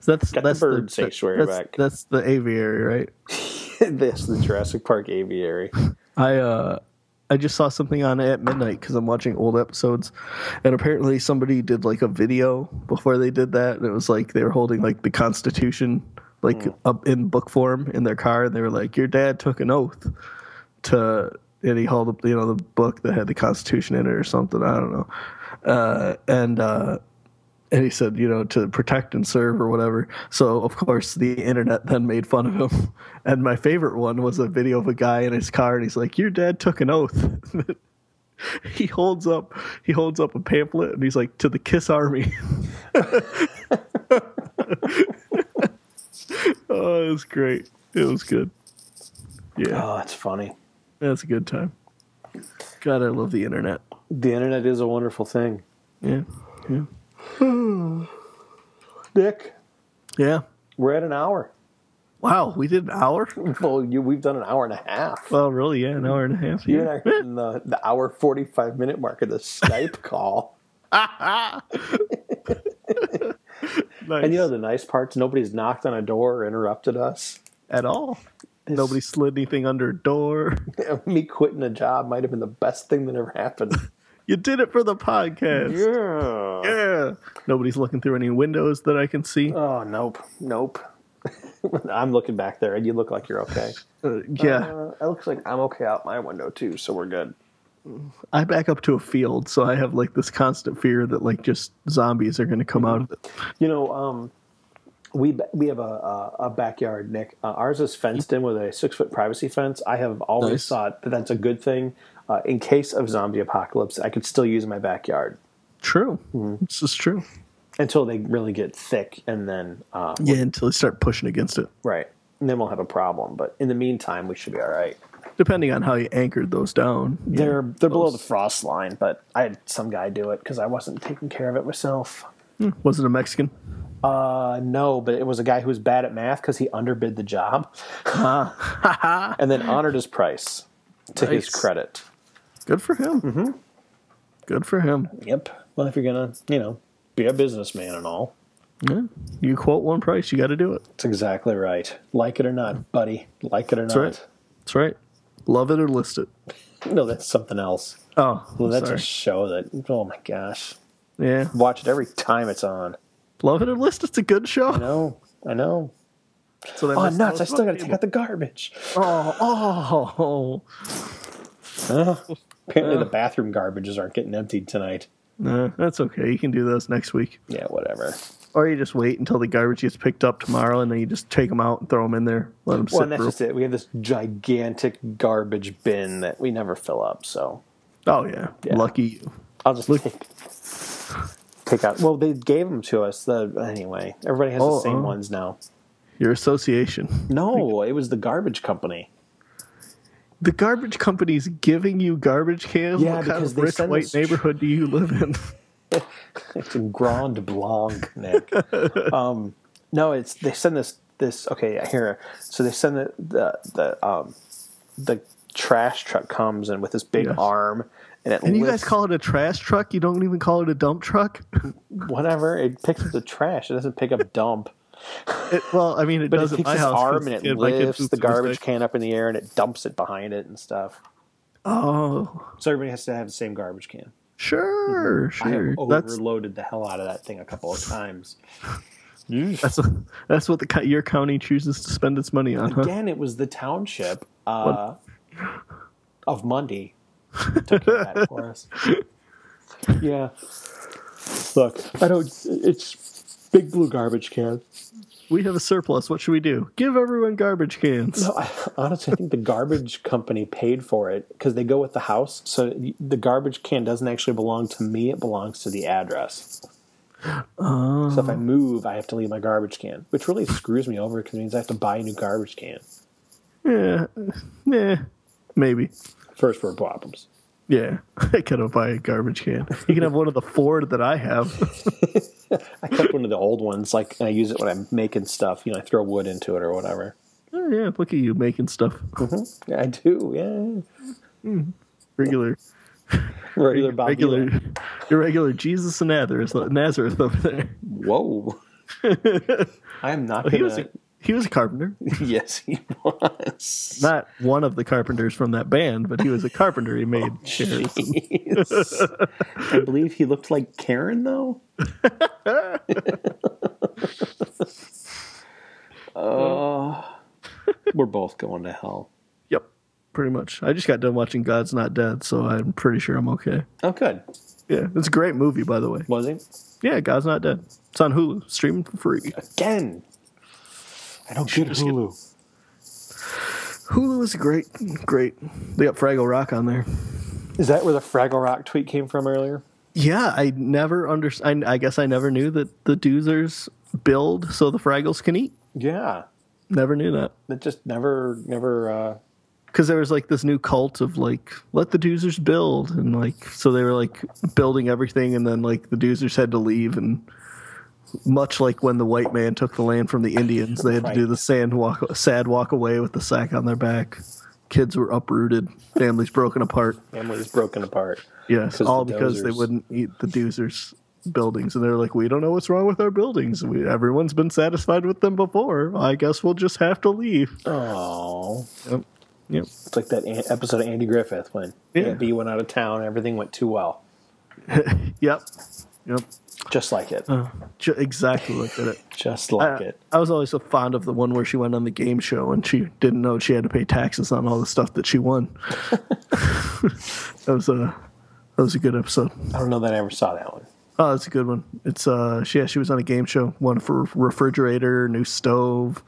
So that's
Got the
that's
bird sanctuary
that's,
back.
That's the aviary, right?
this the jurassic park aviary
I uh I just saw something on at midnight because I'm watching old episodes, and apparently somebody did like a video before they did that, and it was like they were holding like the Constitution like up in book form in their car, and they were like, "Your dad took an oath to," and he held up you know the book that had the Constitution in it or something. I don't know, uh, and. uh and he said, you know, to protect and serve or whatever. So of course the internet then made fun of him. <laughs> And my favorite one was a video of a guy in his car, and he's like, "Your dad took an oath." <laughs> he holds up he holds up a pamphlet and he's like to the Kiss Army. <laughs> oh, it was great. It was good. Yeah,
Oh, that's funny.
that's a good time. God, I love the internet.
The internet is a wonderful thing.
Yeah, yeah,
Dick,
yeah.
we're at an hour.
Wow, we did an hour.
<laughs>
<laughs>
Well, you, we've done an hour and a half.
Well, really, yeah, an hour and a half.
You and I are in the, the hour 45 minute mark of the <laughs> Skype call.
Nice.
And you know the nice part's nobody's knocked on a door or interrupted us. <laughs>
at all. Nobody slid anything under a door. <laughs>
Me quitting a job might have been the best thing that ever happened.
You did it for the podcast.
<laughs> Yeah.
Yeah. Nobody's looking through any windows that I can see.
Oh, nope. Nope. <laughs> I'm looking back there and you look like you're okay.
Uh, yeah.
Uh, it looks like I'm okay out my window too, so we're good.
I back up to a field, so I have like this constant fear that like just zombies are going to come out of it.
You know, um, we we have a, a, a backyard, Nick. Uh, ours is fenced in with a six foot privacy fence. I have always
Nice.
thought that that's a good thing. Uh, in case of zombie apocalypse, I could still use my backyard
True.
Mm-hmm.
This is true.
until they really get thick, and then uh,
Yeah, until they start pushing against it.
right, and then we'll have a problem. But in the meantime, we should be all right.
Depending on how you anchored those down. you
They're
know,
they're below the frost line, but I had some guy do it because I wasn't taking care of it myself.
Was it a Mexican?
Uh, no, but it was a guy who was bad at math because he underbid the job, <laughs> and then honored his price to his
Nice.
credit.
Good for him. Mm-hmm. Good for him.
Yep. Well, if you're gonna, you know, be a businessman and all,
Yeah. You quote one price, you got to do it.
that's exactly right. Like it or not, buddy. Like it or not.
right. That's right. Love it or list it.
No, that's something else.
Oh,
Well, that's
sorry.
a show that. Oh my gosh,
yeah.
watch it every time it's on.
Love it or list. It's a good show.
I know. I know.
So
Oh nuts! I still gotta take out the garbage.
Oh, oh, oh.
Apparently, the bathroom garbages aren't getting emptied tonight.
No, that's okay. You can do those next week,
Yeah, whatever.
or you just wait until the garbage gets picked up tomorrow, and then you just take them out and throw them in there. Let them
Well,
sit
and that's
for.
just it. We have this gigantic garbage bin that we never fill up. So
Oh yeah.
Yeah.
lucky you.
I'll just take, take out. Well, they gave them to us. The anyway, everybody has
Oh,
the same
oh.
ones now.
Your association.
No, it was the garbage company.
The garbage company's giving you garbage cans.
Yeah,
what kind
because
of
they
rich
send us
white
tr-
neighborhood do you live in? <laughs>
It's a Grand Blanc, <laughs> Nick. um, no, it's they send this this. Okay, yeah, here. So they send the the the um the trash truck comes in with this big
Yes.
arm. And, it
and you
lifts-
guys call it a trash truck? You don't even call it a dump truck. <laughs>
whatever. It picks up the trash. It doesn't pick up dump.
It, well, I mean, it
But
does
it
at
takes
my
his
house. 'cause
arm and it
kid- my kid
lifts
poops
the
every
garbage
day.
can up in the air and it dumps it behind it and stuff.
Oh,
So everybody has to have the same garbage can.
sure,
Mm-hmm. I have
sure. That's
overloaded the hell out of that thing a couple of times.
That's that's what the co- your county chooses to spend its money on, huh?
Again, it was the township uh, of Monday took care of that
<laughs>
for us. Yeah. Look, I don't. It's big blue garbage can.
We have a surplus. What should we do? Give everyone garbage cans.
No, I, honestly, I think the garbage company paid for it because they go with the house. So the garbage can doesn't actually belong to me; it belongs to the address.
Oh.
So if I move, I have to leave my garbage can, which really screws me over because it means I have to buy a new garbage can.
Yeah, yeah, maybe.
First world problems.
Yeah, <laughs> I gotta buy a garbage can. You can have one of the four that I have. <laughs>
I kept one of the old ones, like and I use it when I'm making stuff. You know, I throw wood into it or whatever.
Oh, yeah, look at you making stuff.
Yeah, I do,
Regular,
yeah. Regular Bob.
regular,
Dylan.
your regular Jesus and Nazareth, Nazareth over there. <laughs>
Whoa. I am not
He
gonna.
was a he was a carpenter.
<laughs> yes, he was.
Not one of the carpenters from that band, but he was a carpenter. He made chairs. and-
Jeez. I believe he looked like Karen, though. Oh, we're both going to hell.
Yep, pretty much. I just got done watching God's Not Dead, so I'm pretty sure I'm okay.
Oh, good.
Yeah, it's a great movie, by the way.
Was he?
Yeah, God's Not Dead. It's on Hulu, streaming for free.
Again. I don't get Hulu.
Hulu is great, great. They got Fraggle Rock on there.
Is that where the Fraggle Rock tweet came from earlier?
Yeah, I never understand. I, I guess I never knew that the Doozers build so the Fraggles can eat.
Yeah,
Never knew that
that just never, never. Uh,
because there was like this new cult of like let the Doozers build and like so they were like building everything and then like the Doozers had to leave and much like when the white man took the land from the Indians, they had to do
Right.
the sand walk, sad walk away with the sack on their back. Kids were uprooted, families broken apart.
family was broken apart.
Yes,
'Cause
all
the
because they
dozers-
wouldn't eat the Doozers buildings, and they're like, we don't know what's wrong with our buildings. We, everyone's been satisfied with them before. I guess we'll just have to leave.
Oh,
Yep. Yep.
it's like that an- episode of Andy Griffith when
Yeah.
Aunt B went out of town, everything went too well,
Yep. Yep.
just like it,
Ju- exactly like that.
just
I,
like it.
I was always so fond of the one where she went on the game show and she didn't know she had to pay taxes on all the stuff that she won. <laughs> that was a that was a good episode.
I don't know that I ever saw that one.
Oh, that's a good one. It's uh, she, yeah, she was on a game show, one for refrigerator, new stove,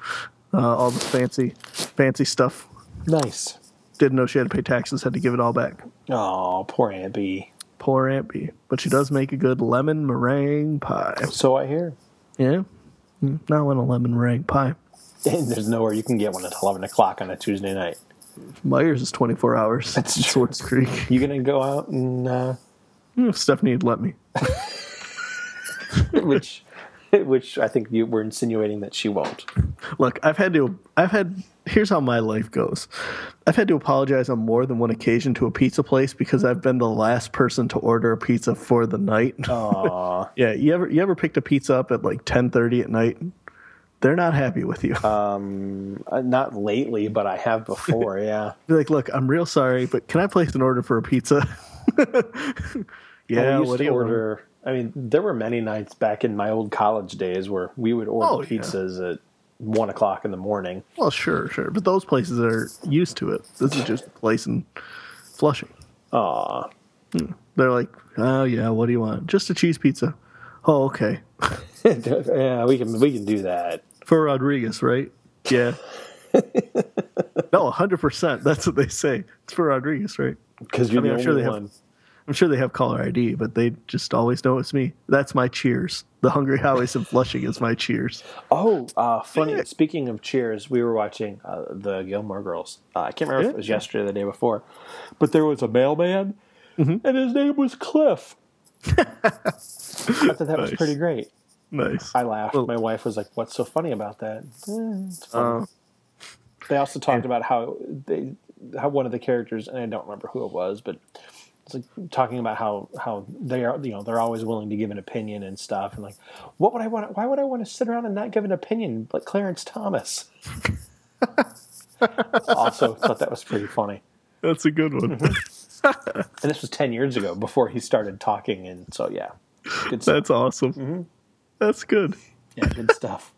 uh, all this fancy, fancy stuff.
Nice.
Didn't know she had to pay taxes, had to give it all back.
Oh, poor Aunt B.
Poor Aunt B, but she does make a good lemon meringue pie.
So I hear. <laughs>
Yeah, Mm, now I want a lemon meringue pie.
And there's nowhere you can get one at 11 o'clock on a Tuesday night.
Myers is twenty four hours.
That's
in
true.
Swartz Creek.
<laughs> You gonna go out and uh, <laughs>
Hmm, If <laughs> Stephanie would let me.
which, <laughs> which I think you were insinuating that she won't.
Look, I've had to. I've had. Here's how my life goes. I've had to apologize on more than one occasion to a pizza place because I've been the last person to order a pizza for the night. <laughs>
Aw,
Yeah, you ever you ever picked a pizza up at like ten thirty at night? They're not happy with you.
uh, not lately, but I have
<laughs>
before. Yeah.
Be like, look, I'm real sorry, but can I place an order for a pizza? <laughs>
I
yeah,
used
what
to
do you order?
order? I mean, there were many nights back in my old college days where we would order
Oh, yeah.
pizzas at one o'clock in the
<laughs>
morning.
Well, sure, sure, but those places are used to it. This is just a place in Flushing. Hmm.
Aw,
They're like, oh yeah, what do you want? Just a cheese pizza. Oh, okay.
yeah, we can we can do that.
for Rodriguez, right?
<laughs>
Yeah. no, hundred percent. That's what they say. It's for Rodriguez, right?
Because you're
I mean,
the
I'm
only
sure they have-
one.
I'm sure they have caller ID, but they just always know it's me. That's my Cheers. The Hungry Highways in Flushing is my Cheers.
Oh, uh, funny.
Yeah.
Speaking of Cheers, we were watching uh, the Gilmore Girls. Uh, I can't remember if
Yeah.
it was yesterday or the day before, but there was a mailman,
Mm-hmm.
and his name was
<laughs>
Cliff. I thought that was
Nice.
pretty great.
Nice.
I laughed.
Well-
My wife was like, "What's so funny about that?" Eh, it's funny. they also talked about how they how one of the characters, and I don't remember who it was, but it's like talking about how how they are you know they're always willing to give an opinion and stuff, and like, what would I want? Why would I want to sit around and not give an opinion like Clarence Thomas? <laughs> also, thought that was pretty funny.
That's a good one.
Mm-hmm. And this was ten years ago before he started talking, and so yeah, good stuff.
That's awesome.
Mm-hmm.
That's good.
Yeah, good stuff.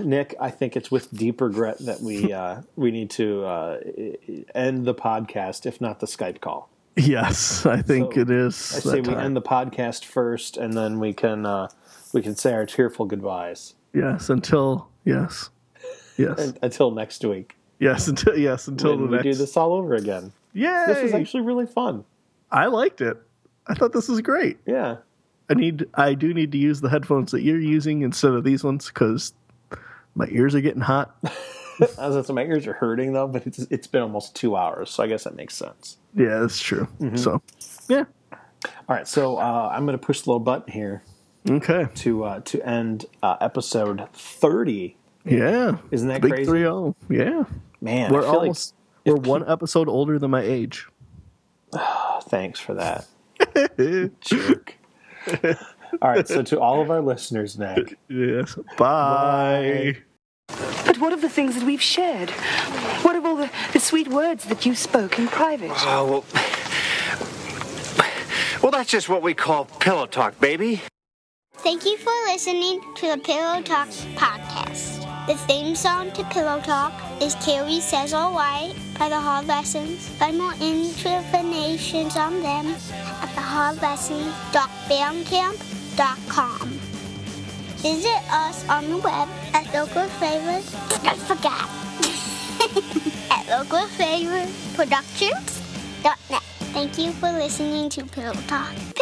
Nick, I think it's with deep regret that we uh, we need to uh, end the podcast, if not the Skype call.
Yes, I think
So,
it is.
I say we end the podcast first, and then we can uh, we can say our tearful goodbyes
yes until yes, yes,
until next week
yes until yes until
when
the
we
next.
do this all over again.
Yay!
This was actually really fun.
I liked it. I thought this was great.
Yeah,
I need I do need to use the headphones that you're using instead of these ones because my ears are getting
<laughs>
hot.
I was gonna say, my ears are hurting though, but it's it's been almost two hours, so I guess that makes sense.
Yeah, that's true.
Mm-hmm.
So, yeah,
All right, so uh, I'm gonna push the little button here
okay,
to uh, to end uh, episode thirty.
yeah.
Isn't that
Big
crazy?
Three zero. Yeah,
Man,
we're
I feel
almost
if
we're one episode older than
<laughs>
my age.
like <laughs> thanks for that. Jerk. <laughs> all right, so to all of our listeners, Nick.
Yes. Bye.
But what of the things that we've shared? What of all the, the sweet words that you spoke in private?
Oh, well. Well, that's just what we call pillow talk, baby.
Thank you for listening to the Pillow Talks podcast. The theme song to Pillow Talk is Carrie Says All Right by The Hard Lessons. Find more information on them at thehardlessons.bandcamp.com. Visit us on the web <laughs> at local favorites. I forgot. localfavouriteproductions.net. Thank you for listening to Pillow Talk.